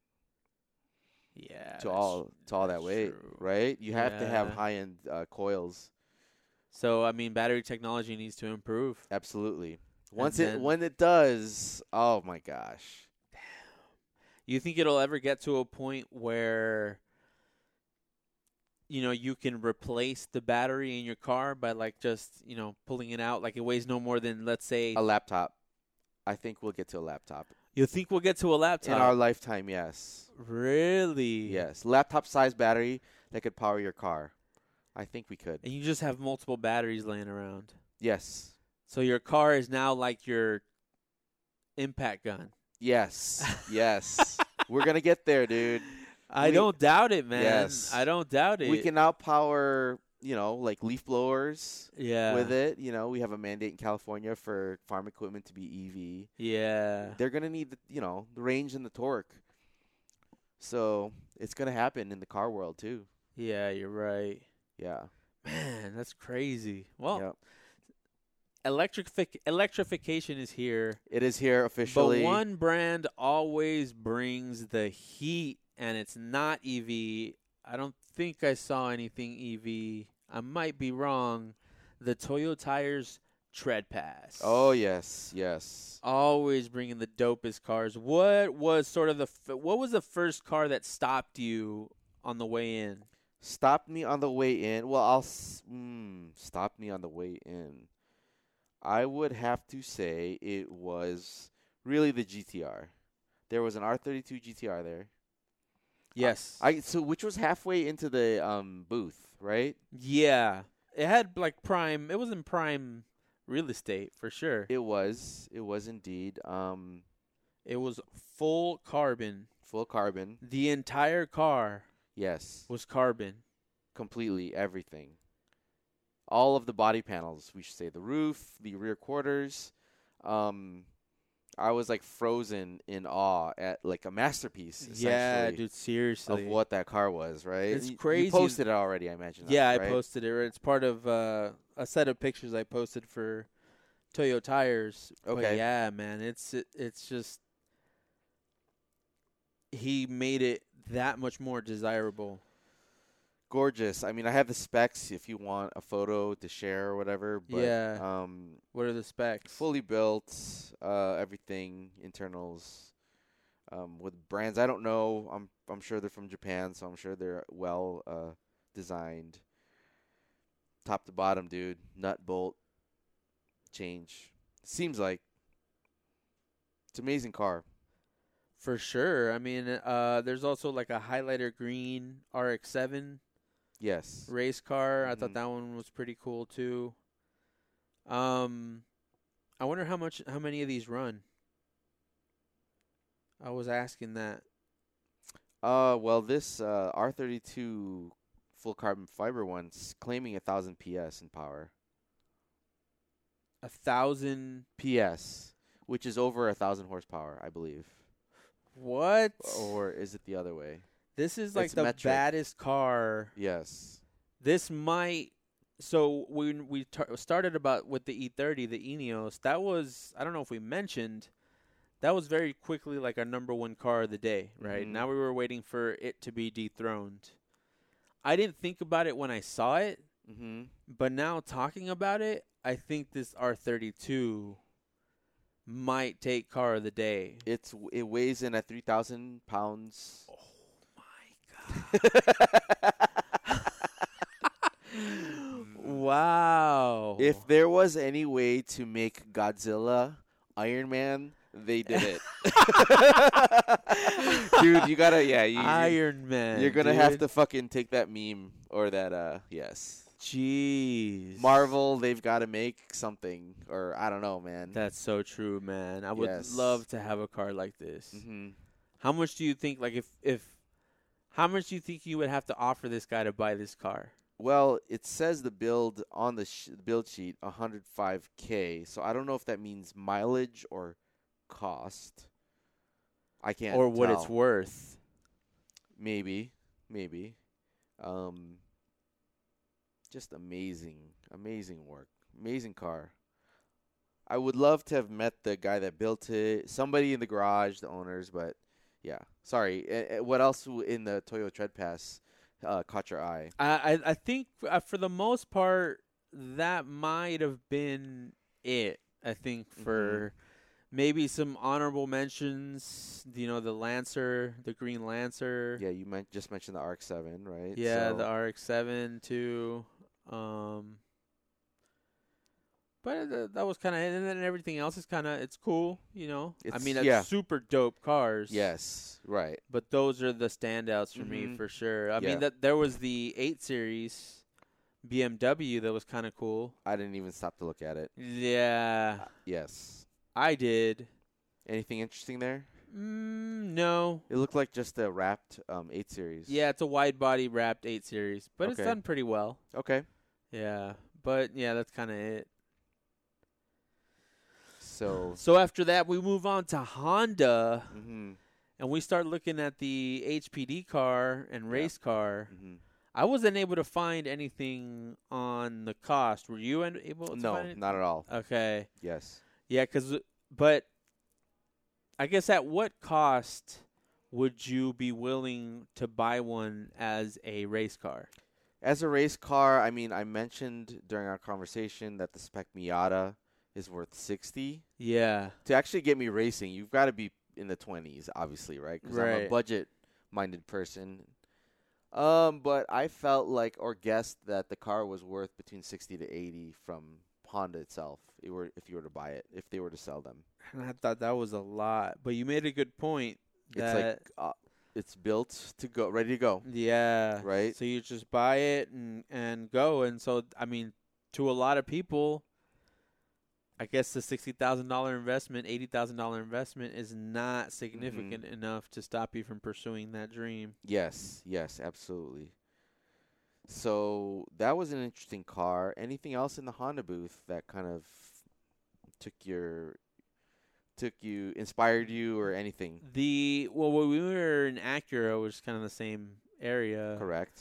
Speaker 3: Yeah.
Speaker 2: to all to all that
Speaker 3: that's
Speaker 2: weight,
Speaker 3: true.
Speaker 2: right? You have to have
Speaker 3: Yeah.
Speaker 2: high end uh, coils.
Speaker 3: So I mean, battery technology needs to improve.
Speaker 2: Absolutely.
Speaker 3: And
Speaker 2: Once it
Speaker 3: then-
Speaker 2: when it does, oh my gosh.
Speaker 3: You think it'll ever get to a point where you know you can replace the battery in your car by like just you know pulling it out? Like it weighs no more than let's say.
Speaker 2: A laptop. I think we'll get to a laptop.
Speaker 3: you think we'll get to a
Speaker 2: In
Speaker 3: laptop?
Speaker 2: our lifetime, yes.
Speaker 3: really?
Speaker 2: Yes. Laptop size battery that could power your car. I think we could.
Speaker 3: And you just have multiple batteries laying around.
Speaker 2: Yes.
Speaker 3: So your car is now like your impact gun.
Speaker 2: Yes. Yes. We're gonna get there, dude.
Speaker 3: I
Speaker 2: We-
Speaker 3: don't doubt it, man.
Speaker 2: Yes.
Speaker 3: I don't doubt it.
Speaker 2: We can outpower, you know, like leaf blowers
Speaker 3: yeah.
Speaker 2: with it. You know, we have a mandate in California for farm equipment to be E EV.
Speaker 3: Yeah.
Speaker 2: they're gonna need the you know the range and the torque. So it's gonna happen in the car world too.
Speaker 3: Yeah, you're right.
Speaker 2: Yeah.
Speaker 3: Man, that's crazy. Well,
Speaker 2: Yep.
Speaker 3: electrific electrification is here,
Speaker 2: It is here officially.
Speaker 3: but one brand always brings the heat and it's not EV. I don't think I saw anything EV. I might be wrong. The Toyo Tires Tread Pass.
Speaker 2: Oh yes, yes.
Speaker 3: always bringing the dopest cars. What was sort of the f- what was the first car that stopped you on the way in?
Speaker 2: Stopped me on the way in. Well, I'll s- mm, stop me on the way in. I would have to say it was really the GTR. There was an R32 GTR there.
Speaker 3: Yes.
Speaker 2: I so which was halfway into the um booth, right?
Speaker 3: yeah. It had like prime. It was in prime real estate for sure. It,
Speaker 2: It was. It was indeed um
Speaker 3: was full carbon.
Speaker 2: full carbon.
Speaker 3: The entire car
Speaker 2: Yes.
Speaker 3: was carbon.
Speaker 2: completely everything. All of the body panels, we should say the roof, the rear quarters. Um, I was like frozen in awe at like a masterpiece, essentially,
Speaker 3: Yeah, dude. Seriously.
Speaker 2: of what that car was. Right?
Speaker 3: It's
Speaker 2: You- You
Speaker 3: crazy.
Speaker 2: posted it already, I imagine.
Speaker 3: Yeah,
Speaker 2: right?
Speaker 3: I posted it. It's part of uh, a set of pictures I posted for Toyo tires. but
Speaker 2: Okay.
Speaker 3: yeah, man, it's it, it's just he made it that much more desirable.
Speaker 2: Gorgeous. I mean, I have the specs if you want a photo to share or whatever. But,
Speaker 3: Yeah.
Speaker 2: Um,
Speaker 3: What are the specs?
Speaker 2: fully built, uh, everything internals, um, with brands I don't know. I'm I'm sure they're from Japan, so I'm sure they're well uh, designed. Top to bottom, dude. Nut bolt change. Seems like it's an amazing car.
Speaker 3: For sure. I mean, uh, there's also like a highlighter green RX-7
Speaker 2: Yes.
Speaker 3: race car. I
Speaker 2: Mhm.
Speaker 3: thought that one was pretty cool too. Um, I wonder how much, how many of these run. I was asking that.
Speaker 2: Uh, well, this uh, R32 full carbon fiber one's claiming a thousand PS in power.
Speaker 3: A thousand.
Speaker 2: PS, which is over a thousand horsepower, I believe.
Speaker 3: What?
Speaker 2: Or is it the other way?
Speaker 3: this is like
Speaker 2: it's
Speaker 3: the
Speaker 2: metric.
Speaker 3: baddest car.
Speaker 2: Yes.
Speaker 3: This might. So when we tar- started about with the E30, the Eneos, that was I don't know if we mentioned, that was very quickly like our number one car of the day, right?
Speaker 2: Mhm.
Speaker 3: Now we were waiting for it to be dethroned. I didn't think about it when I saw it,
Speaker 2: Mm-hmm.
Speaker 3: but now talking about it, I think this R32 might take car of the day.
Speaker 2: It's w- it weighs in at three thousand pounds.
Speaker 3: Oh my god. wow.
Speaker 2: Mm. if there was any way to make Godzilla Iron Man, they did it. dude, you gotta yeah, you, you,
Speaker 3: Iron Man,
Speaker 2: you're gonna have
Speaker 3: dude.
Speaker 2: to fucking take that meme or that uh yes.
Speaker 3: Jeez,
Speaker 2: Marvel, they've gotta make something or I don't know, man.
Speaker 3: That's so true, man. I would
Speaker 2: Yes.
Speaker 3: love to have a car like this.
Speaker 2: mm-hmm.
Speaker 3: How much do you think? Like, if if how much do you think you would have to offer this guy to buy this car?
Speaker 2: Well, it says the build on the sh- build sheet 105k. So I don't know if that means mileage or cost. I can't
Speaker 3: or what it's
Speaker 2: tell.
Speaker 3: worth.
Speaker 2: Maybe, maybe. Um just amazing, amazing work. Amazing car. I would love to have met the guy that built it, somebody in the garage, the owners, but yeah. Sorry. Eh, eh, What else w- in the Toyo Tread Pass uh, caught your eye?
Speaker 3: I I, I think uh, for the most part that might have been it. I think
Speaker 2: Mm-hmm.
Speaker 3: for maybe some honorable mentions. You know, the Lancer, the Green Lancer.
Speaker 2: Yeah, you meant just mentioned the RX Seven, right?
Speaker 3: Yeah,
Speaker 2: So-
Speaker 3: the RX-7 too. Um, but th- that was kind of, and then everything else is kind of, it's cool, you know. I
Speaker 2: It's-
Speaker 3: mean, it's
Speaker 2: yeah.
Speaker 3: super dope cars.
Speaker 2: Yes, right.
Speaker 3: But those are the standouts for me
Speaker 2: Mhm.
Speaker 3: for sure. I
Speaker 2: Yeah.
Speaker 3: mean, that there was the 8 Series BMW that was kind of cool.
Speaker 2: I didn't even stop to look at it.
Speaker 3: Yeah,
Speaker 2: Yes.
Speaker 3: I did.
Speaker 2: Anything interesting there?
Speaker 3: Mm, no.
Speaker 2: It looked like just a wrapped um, eight series.
Speaker 3: Yeah, it's a wide body wrapped 8 Series, but it's
Speaker 2: Okay.
Speaker 3: done pretty well.
Speaker 2: Okay.
Speaker 3: Yeah, but yeah, that's kind of it.
Speaker 2: So.
Speaker 3: So after that, we move on to Honda,
Speaker 2: Mm-hmm.
Speaker 3: and we start looking at the HPD car and race car.
Speaker 2: Mm-hmm.
Speaker 3: I wasn't able to find anything on the cost. Were you en- able to
Speaker 2: No,
Speaker 3: find it?
Speaker 2: not at all.
Speaker 3: Okay.
Speaker 2: Yes.
Speaker 3: Yeah, because but I guess at what cost would you be willing to buy one as a race car?
Speaker 2: As a race car, I mean, I mentioned during our conversation that the spec Miata is worth sixty.
Speaker 3: Yeah.
Speaker 2: To actually get me racing, you've got to be in the twenties, obviously, right? Because I'm a
Speaker 3: Right.
Speaker 2: budget-minded person. Um, but I felt like or guessed that the car was worth between sixty to eighty from Honda itself. It were if you were to buy it, if they were to sell them,
Speaker 3: And I thought that was a lot, but you made a good point
Speaker 2: It's like- uh,
Speaker 3: that
Speaker 2: it's built to go, ready to go.
Speaker 3: Yeah.
Speaker 2: Right?
Speaker 3: So you just buy it and and go. And so I mean, to a lot of people, I guess the sixty thousand dollar investment, eighty thousand dollar investment is not significant
Speaker 2: Mm-hmm.
Speaker 3: enough to stop you from pursuing that dream.
Speaker 2: Yes, yes, absolutely. So that was an interesting car. Anything else in the Honda booth that kind of took your took you inspired you or anything?
Speaker 3: The well, when we were in Acura, which is kind of the same area.
Speaker 2: Correct.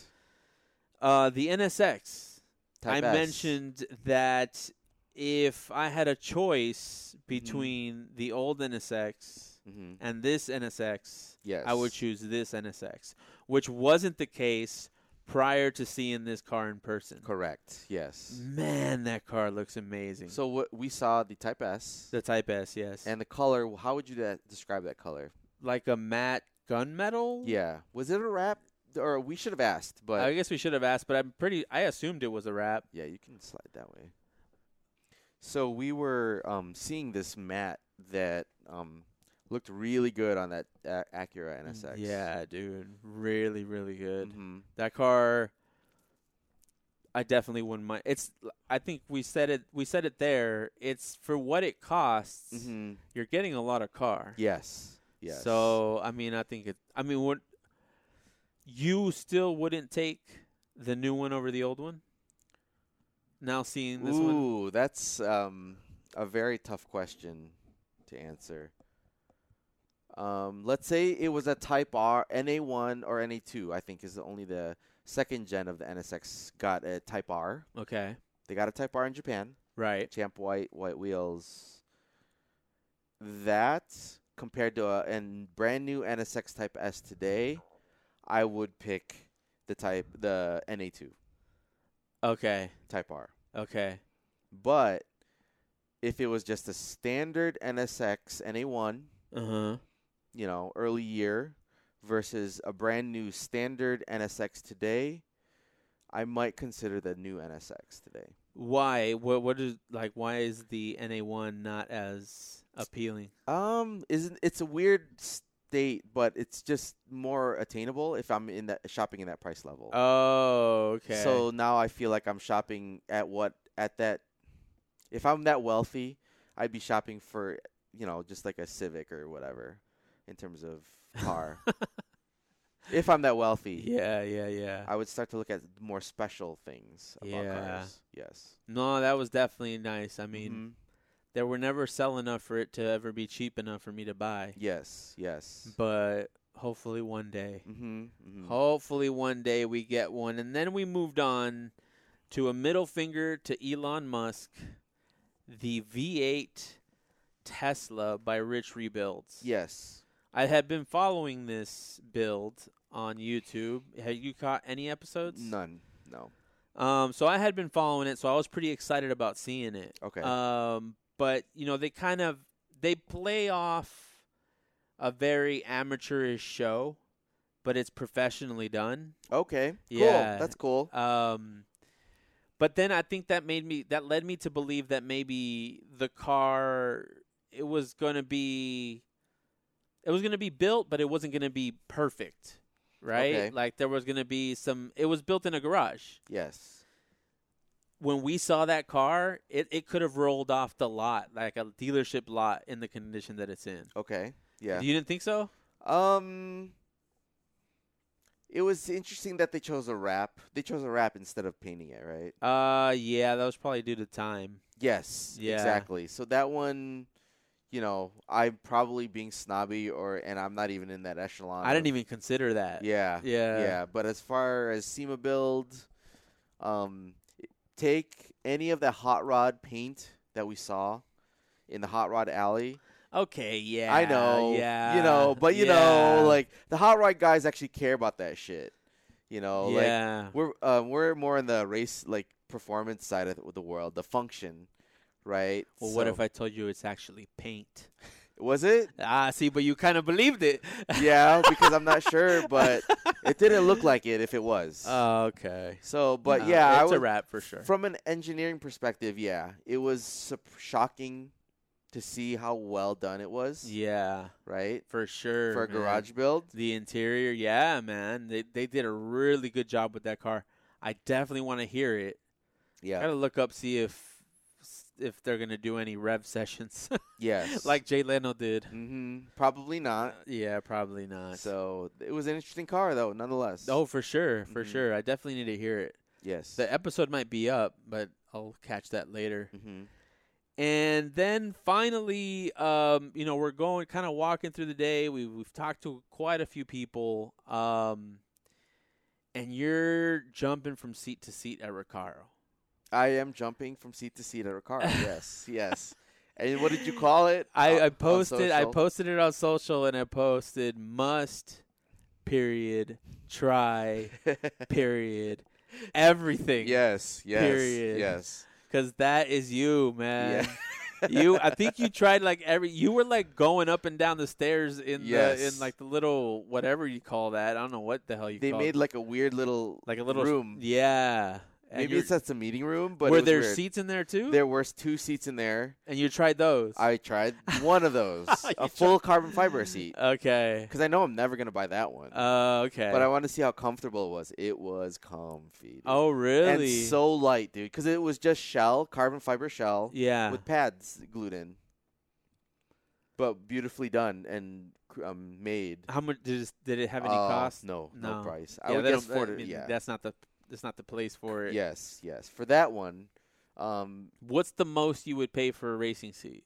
Speaker 3: Uh, the NSX. I
Speaker 2: Type S.
Speaker 3: mentioned that if I had a
Speaker 2: Mm-hmm.
Speaker 3: choice between the old NSX
Speaker 2: hmm
Speaker 3: and this NSX,
Speaker 2: Yes.
Speaker 3: I would choose this NSX, which wasn't the case prior to seeing this car in person.
Speaker 2: Correct. Yes.
Speaker 3: Man, that car looks amazing.
Speaker 2: So what we saw the Type S
Speaker 3: the Type S, yes,
Speaker 2: and the color. How would you de- describe that color?
Speaker 3: like a matte gunmetal.
Speaker 2: Yeah. Was it a wrap? Or we should have asked, but
Speaker 3: I guess we should have asked, but I'm pretty. I assumed it was a wrap.
Speaker 2: Yeah, you can slide that way. So we were um, seeing this mat that um, looked really good on that uh, Acura NSX.
Speaker 3: Mm, Yeah, dude, really, really good.
Speaker 2: Mhm.
Speaker 3: That car, I definitely wouldn't mind. It's. I think we said it. We said it there. It's for what it costs.
Speaker 2: Mhm.
Speaker 3: You're getting a lot of car.
Speaker 2: Yes. Yes.
Speaker 3: So I mean, I think it. I mean, what you still wouldn't take the new one over the old one. Now seeing this one,
Speaker 2: ooh, that's um, a very tough question to answer. Um, let's say it was a Type R, NA1 or NA2. I think is only the second gen of the NSX got a Type R.
Speaker 3: okay,
Speaker 2: They got a Type R in Japan.
Speaker 3: right,
Speaker 2: Champ White, White Wheels. That compared to a and brand new NSX Type S today, I would pick the type the NA2
Speaker 3: okay,
Speaker 2: Type R.
Speaker 3: okay,
Speaker 2: But if it was just a standard NSX NA1,
Speaker 3: uh huh,
Speaker 2: you know, early year versus a brand new standard NSX today, I might consider the new NSX today.
Speaker 3: Why? What? What is like? Why is the NA one not as appealing?
Speaker 2: Um, isn't it's a weird state, but it's just more attainable if I'm in that shopping in that price level.
Speaker 3: Oh, okay.
Speaker 2: So now I feel like I'm shopping at what at that. If I'm that wealthy, I'd be shopping for you know just like a Civic or whatever, in terms of car. if I'm that wealthy,
Speaker 3: yeah, yeah, yeah.
Speaker 2: I would start to look at more special things about
Speaker 3: Yeah.
Speaker 2: cars. Yes.
Speaker 3: No, that was definitely nice. I mean,
Speaker 2: Mhm.
Speaker 3: they were never sell enough for it to ever be cheap enough for me to buy.
Speaker 2: yes, yes.
Speaker 3: But hopefully one day.
Speaker 2: Mhm, mhm.
Speaker 3: Hopefully one day we get one. And then we moved on to a middle finger to Elon Musk, the V8 Tesla by Rich Rebuilds.
Speaker 2: Yes.
Speaker 3: I had been following this build on YouTube. Had you caught any episodes?
Speaker 2: None. No.
Speaker 3: Um, so I had been following it, so I was pretty excited about seeing it.
Speaker 2: Okay.
Speaker 3: Um, but you know, they kind of they play off a very amateurish show, but it's professionally done.
Speaker 2: Okay.
Speaker 3: Yeah.
Speaker 2: Cool. That's cool.
Speaker 3: Um, but then I think that made me that led me to believe that maybe the car it was going to be it was going to be built, but it wasn't going to be perfect, right?
Speaker 2: Okay.
Speaker 3: Like there was going to be some. It was built in a garage.
Speaker 2: Yes.
Speaker 3: When we saw that car, it, it could have rolled off the lot, like a dealership lot, in the condition that it's in.
Speaker 2: Okay. Yeah.
Speaker 3: You didn't think so?
Speaker 2: Um It was interesting that they chose a wrap. They chose a wrap instead of painting it, right?
Speaker 3: Uh, yeah, that was probably due to time.
Speaker 2: Yes.
Speaker 3: Yeah.
Speaker 2: Exactly. So that one you know, I'm probably being snobby or and I'm not even in that echelon.
Speaker 3: I didn't
Speaker 2: of-
Speaker 3: even consider that.
Speaker 2: Uh, Yeah.
Speaker 3: yeah,
Speaker 2: Yeah, but as far as SEMA build, um, take any of the hot rod paint that we saw in the hot rod alley.
Speaker 3: Okay, yeah.
Speaker 2: I know,
Speaker 3: Yeah.
Speaker 2: you know, but you
Speaker 3: yeah,
Speaker 2: know, like the hot rod guys actually care about that shit. You know,
Speaker 3: Yeah.
Speaker 2: like we're uh, we're more on the race like performance side of the world, the function, right?
Speaker 3: well, what
Speaker 2: So-
Speaker 3: if I told you it's actually paint?
Speaker 2: was it?
Speaker 3: Ah, see, but you kind of believed it.
Speaker 2: Yeah, because I'm not sure, but it didn't look like it if it was.
Speaker 3: Oh, okay.
Speaker 2: so, but
Speaker 3: No,
Speaker 2: yeah, I
Speaker 3: Uh, it's
Speaker 2: would,
Speaker 3: a wrap for sure.
Speaker 2: From an engineering perspective, yeah, it was sup- shocking to see how well done it was.
Speaker 3: yeah,
Speaker 2: Right
Speaker 3: for sure.
Speaker 2: for a
Speaker 3: man.
Speaker 2: garage build.
Speaker 3: The interior, yeah, man. They they did a really good job with that car. I definitely want to hear it.
Speaker 2: Yeah.
Speaker 3: Gotta look up see if if they're gonna do any rev sessions
Speaker 2: yes.
Speaker 3: like Jay Leno did.
Speaker 2: hmm Probably not.
Speaker 3: yeah, probably not.
Speaker 2: So it was an interesting car though, nonetheless.
Speaker 3: oh, for sure, for
Speaker 2: Mhm.
Speaker 3: sure. I definitely need to hear it.
Speaker 2: yes.
Speaker 3: The episode might be up, but I'll catch that later.
Speaker 2: hmm
Speaker 3: And then finally, um, you know, we're going kind of walking through the day. We we've talked to quite a few people, um, and you're jumping from seat to seat at Recaro.
Speaker 2: I am jumping from seat to seat at a car. yes, yes. And what did you call it?
Speaker 3: I,
Speaker 2: on-
Speaker 3: I
Speaker 2: on
Speaker 3: posted I
Speaker 2: social?
Speaker 3: posted it on social and I posted must period try period everything
Speaker 2: yes, yes,
Speaker 3: Period.
Speaker 2: yes.
Speaker 3: cuz that is you man
Speaker 2: yeah.
Speaker 3: you I think you tried like every you were like going up and down the stairs in the in
Speaker 2: Yes.
Speaker 3: like the little whatever you call that I don't know what the hell you
Speaker 2: they
Speaker 3: call
Speaker 2: made
Speaker 3: it.
Speaker 2: like a weird little
Speaker 3: like a little
Speaker 2: room.
Speaker 3: yeah And
Speaker 2: Maybe
Speaker 3: you're-
Speaker 2: it's that's a meeting room, but it
Speaker 3: were
Speaker 2: was
Speaker 3: there
Speaker 2: weird.
Speaker 3: seats in there too
Speaker 2: There were two seats in there.
Speaker 3: and you tried those
Speaker 2: I tried one of those,
Speaker 3: You
Speaker 2: a
Speaker 3: tried-
Speaker 2: full carbon fiber seat,
Speaker 3: okay
Speaker 2: because I know I'm never gonna buy that one.
Speaker 3: uh, okay
Speaker 2: But I want to see how comfortable it was. It was comfy. dude.
Speaker 3: oh really
Speaker 2: And so light, dude, because it was just shell, carbon fiber shell
Speaker 3: yeah
Speaker 2: with pads glued in. But beautifully done and cr- um, made.
Speaker 3: How much did it, did it have any
Speaker 2: Uh,
Speaker 3: cost?
Speaker 2: No, no,
Speaker 3: No.
Speaker 2: price.
Speaker 3: yeah,
Speaker 2: I would
Speaker 3: they
Speaker 2: guess
Speaker 3: don't- I
Speaker 2: for
Speaker 3: mean,
Speaker 2: yeah.
Speaker 3: That's not the that's not the place for it.
Speaker 2: Yes, yes. For that one, um,
Speaker 3: What's the most you would pay for a racing seat?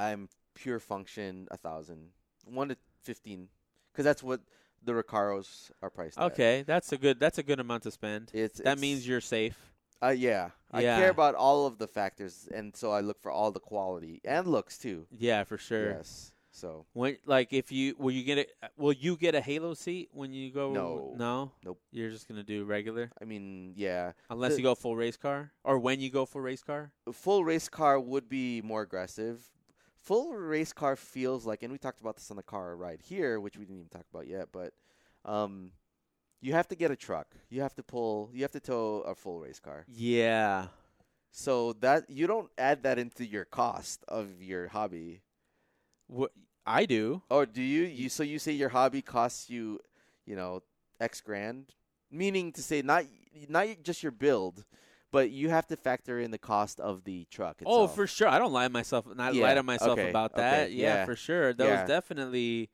Speaker 2: I'm pure function a thousand, one to fifteen, because that's what the Recaros are priced. at.
Speaker 3: Okay, that's a good that's a good amount to spend.
Speaker 2: it's,
Speaker 3: that
Speaker 2: it's-
Speaker 3: means you're safe.
Speaker 2: uh, yeah. I
Speaker 3: Yeah.
Speaker 2: care about all of the factors, and so I look for all the quality and looks too.
Speaker 3: Yeah, for sure.
Speaker 2: Yes. So
Speaker 3: When like if you will you get a will you get a halo seat when you go
Speaker 2: No.
Speaker 3: no
Speaker 2: Nope.
Speaker 3: you're just gonna do regular
Speaker 2: I mean, yeah,
Speaker 3: unless
Speaker 2: The-
Speaker 3: you go full race car or when you go full race car
Speaker 2: a full race car would be more aggressive. Full race car feels like, and we talked about this on the car ride here, which we didn't even talk about yet, but um, you have to get a truck. You have to pull. You have to tow a full race car.
Speaker 3: yeah
Speaker 2: So that you don't add that into your cost of your hobby.
Speaker 3: what I do
Speaker 2: Oh, do you? You so you say your hobby costs you, you know, X grand, meaning to say not not just your build, but you have to factor in the cost of the truck.
Speaker 3: Oh,
Speaker 2: itself.
Speaker 3: for sure. I don't lie myself. I
Speaker 2: Yeah,
Speaker 3: lie to myself
Speaker 2: okay,
Speaker 3: about
Speaker 2: okay,
Speaker 3: that. Yeah,
Speaker 2: yeah,
Speaker 3: for sure. That
Speaker 2: yeah.
Speaker 3: was definitely,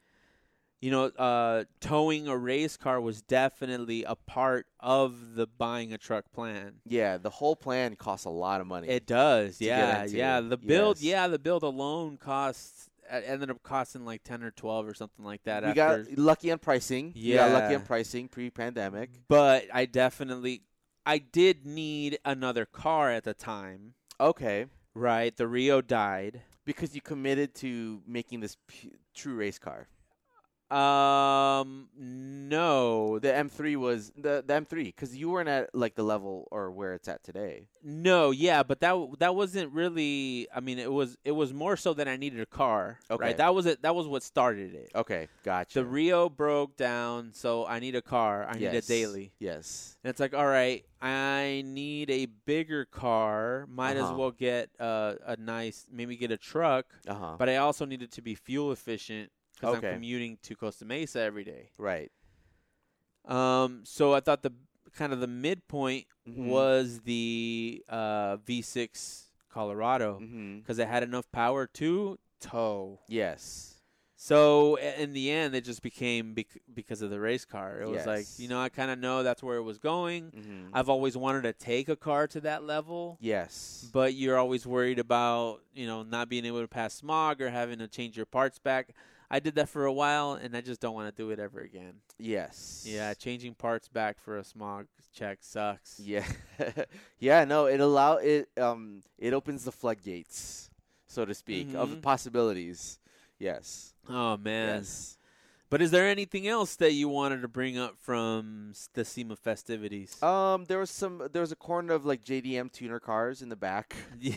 Speaker 3: you know, uh, towing a race car was definitely a part of the buying a truck plan.
Speaker 2: Yeah, the whole plan costs a lot of money.
Speaker 3: It does.
Speaker 2: to get
Speaker 3: Yeah,
Speaker 2: into,
Speaker 3: yeah. The build.
Speaker 2: yes.
Speaker 3: Yeah, the build alone costs. It ended up costing like ten or twelve or something like that.
Speaker 2: we
Speaker 3: after,
Speaker 2: got lucky on pricing. Yeah, we got lucky on
Speaker 3: Yeah.
Speaker 2: pricing pre-pandemic.
Speaker 3: but I definitely, I did need another car at the time.
Speaker 2: Okay,
Speaker 3: Right, the Rio died.
Speaker 2: because you committed to making this p- true race car.
Speaker 3: Um, no,
Speaker 2: The M3 was the the M3 because you weren't at like the level or where it's at today.
Speaker 3: No, yeah, but that w- that wasn't really. I mean, it was it was more so that I needed a car.
Speaker 2: Okay.
Speaker 3: right? that was it. That was what started it.
Speaker 2: Okay, gotcha.
Speaker 3: The Rio broke down, so I need a car. I need a
Speaker 2: Yes,
Speaker 3: daily.
Speaker 2: Yes.
Speaker 3: And it's like, all right, I need a bigger car. Might as
Speaker 2: Uh-huh.
Speaker 3: well get uh, a nice, maybe get a truck.
Speaker 2: Uh huh.
Speaker 3: But I also needed to be fuel efficient because
Speaker 2: Okay.
Speaker 3: I'm commuting to Costa Mesa every day.
Speaker 2: Right.
Speaker 3: Um, so I thought the kind of the midpoint
Speaker 2: Mhm.
Speaker 3: was the uh, V6 Colorado
Speaker 2: Mm-hmm.
Speaker 3: because it had enough power to tow.
Speaker 2: Yes.
Speaker 3: So i- in the end, it just became bec- because of the race car. It was like
Speaker 2: Yes.
Speaker 3: you know I kind of know that's where it was going.
Speaker 2: Mm-hmm.
Speaker 3: I've always wanted to take a car to that level,
Speaker 2: Yes.
Speaker 3: but you're always worried about you know not being able to pass smog or having to change your parts back. I did that for a while, and I just don't want to do it ever again.
Speaker 2: yes.
Speaker 3: Yeah, changing parts back for a smog check sucks.
Speaker 2: Yeah. yeah, no, it allow it um it opens the floodgates, so to speak, of
Speaker 3: Mhm.
Speaker 2: possibilities. Yes.
Speaker 3: Oh man.
Speaker 2: Yes.
Speaker 3: But is there anything else that you wanted to bring up from s- the SEMA festivities?
Speaker 2: Um there was some there was a corner of like JDM tuner cars in the back.
Speaker 3: Yeah.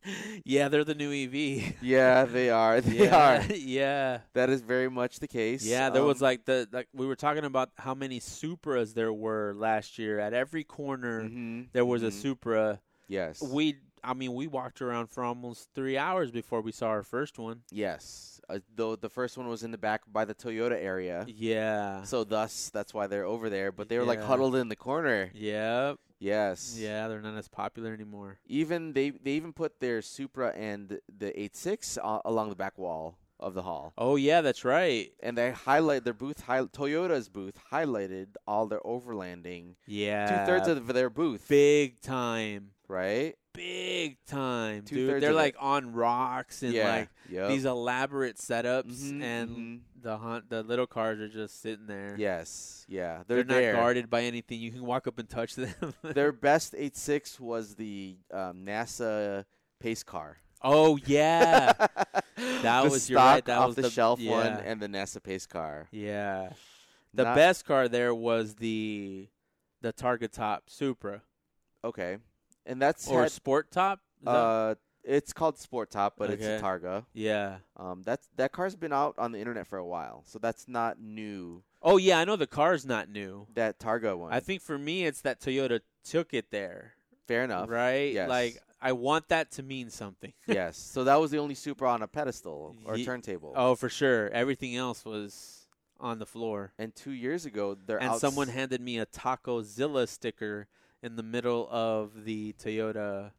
Speaker 3: yeah, they're the new EV.
Speaker 2: yeah, they are. They
Speaker 3: yeah,
Speaker 2: are.
Speaker 3: yeah,
Speaker 2: That is very much the case.
Speaker 3: yeah. There was
Speaker 2: Um,
Speaker 3: like the like we were talking about how many Supras there were last year. At every corner,
Speaker 2: mhm,
Speaker 3: there was a
Speaker 2: mhm,
Speaker 3: Supra.
Speaker 2: Yes.
Speaker 3: We, I mean, we walked around for almost three hours before we saw our first one.
Speaker 2: Yes. Uh, though the first one was in the back by the Toyota area.
Speaker 3: Yeah,
Speaker 2: So thus that's why they're over there, but they were like
Speaker 3: Yeah.
Speaker 2: huddled in the corner.
Speaker 3: yeah,
Speaker 2: Yes.
Speaker 3: yeah. They're not as popular anymore.
Speaker 2: Even they they even put their Supra and the 86 uh, along the back wall of the hall.
Speaker 3: Oh yeah, that's right.
Speaker 2: And they highlight their booth high, Toyota's booth highlighted all their overlanding.
Speaker 3: Yeah,
Speaker 2: Two thirds of their booth.
Speaker 3: big time.
Speaker 2: right?
Speaker 3: big time, dude.
Speaker 2: Two-thirds
Speaker 3: They're
Speaker 2: of it.
Speaker 3: like on rocks and
Speaker 2: yeah.
Speaker 3: like
Speaker 2: yep.
Speaker 3: these elaborate setups,
Speaker 2: Mhm,
Speaker 3: and
Speaker 2: mhm.
Speaker 3: the hunt, the little cars are just sitting there.
Speaker 2: yes, yeah,
Speaker 3: they're,
Speaker 2: they're, there.
Speaker 3: not guarded by anything. You can walk up and touch them.
Speaker 2: Their best eight six was the um, NASA pace car.
Speaker 3: oh yeah,
Speaker 2: that
Speaker 3: was-
Speaker 2: the
Speaker 3: you're right,
Speaker 2: stock
Speaker 3: that
Speaker 2: off
Speaker 3: was
Speaker 2: the,
Speaker 3: the-
Speaker 2: shelf
Speaker 3: yeah.
Speaker 2: one and the NASA pace car.
Speaker 3: yeah. The
Speaker 2: Not-
Speaker 3: best car there was the the Target Top Supra
Speaker 2: Okay, and that's
Speaker 3: or
Speaker 2: had-
Speaker 3: Sport Top. Is that-
Speaker 2: uh, it's called Sport Top, but
Speaker 3: Okay.
Speaker 2: it's a Targa.
Speaker 3: yeah.
Speaker 2: Um, that's that car's been out on the internet for a while, so that's not new.
Speaker 3: Oh yeah, I know the car's not new.
Speaker 2: That Targa one,
Speaker 3: I think for me, it's that Toyota took it there,
Speaker 2: fair enough,
Speaker 3: right?
Speaker 2: Yes.
Speaker 3: Like I want that to mean something.
Speaker 2: yes, so that was the only Supra on a pedestal or
Speaker 3: Ye-
Speaker 2: turntable.
Speaker 3: Oh, for sure. Everything else was on the floor.
Speaker 2: And two years ago, they're
Speaker 3: And
Speaker 2: outs-
Speaker 3: someone handed me a Taco Zilla sticker in the middle of the Toyota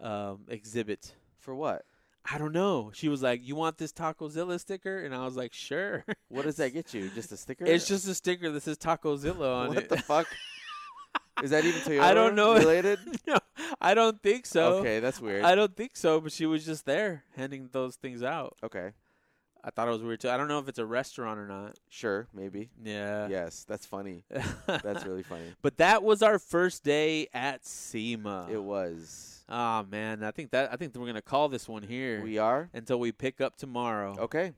Speaker 3: um, exhibit.
Speaker 2: for what?
Speaker 3: I don't know. She was like, "You want this Taco Zilla sticker?" And I was like, "Sure."
Speaker 2: What does that get you? Just a sticker?
Speaker 3: it's just a sticker that says Taco Zilla on
Speaker 2: what
Speaker 3: it.
Speaker 2: the fuck? Is that even Toyota?
Speaker 3: I don't know.
Speaker 2: Related?
Speaker 3: no, I don't think so.
Speaker 2: okay, that's weird.
Speaker 3: I don't think so. But she was just there handing those things out.
Speaker 2: okay,
Speaker 3: I thought it was weird too. I don't know if it's a restaurant or not.
Speaker 2: sure, maybe.
Speaker 3: Yeah.
Speaker 2: Yes, that's funny. That's really funny.
Speaker 3: But that was our first day at SEMA.
Speaker 2: It was.
Speaker 3: Oh man, I think that I think we're gonna call this one here
Speaker 2: We Oh. are
Speaker 3: until we pick up tomorrow.
Speaker 2: okay.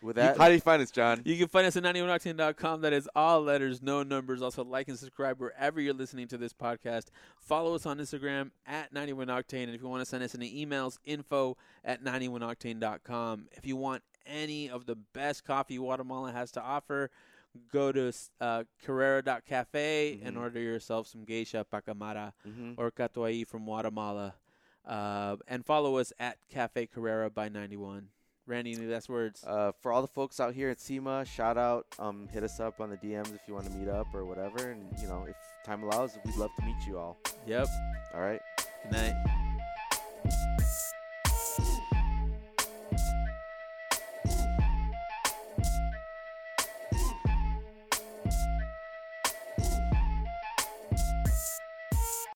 Speaker 2: With
Speaker 3: You
Speaker 2: that,
Speaker 3: can-
Speaker 2: how do you find us, John?
Speaker 3: You can find us at 91octane.com. That is all letters, no numbers. Also, like and subscribe wherever you're listening to this podcast. Follow us on Instagram at 91octane. And if you want to send us any emails, info at 91octane.com. If you want any of the best coffee Guatemala has to offer, go to uh, Carrera.cafe and
Speaker 2: Mhm.
Speaker 3: order yourself some geisha pacamara
Speaker 2: hmm
Speaker 3: or Catuai from Guatemala. Uh, and follow us at Cafe Carrera by 91. Randy, any last words?
Speaker 2: Uh, for all the folks out here at SEMA, shout out. Um, hit us up on the DMs if you want to meet up or whatever. And you know, if time allows, we'd love to meet you all.
Speaker 3: yep.
Speaker 2: All right.
Speaker 3: Good night.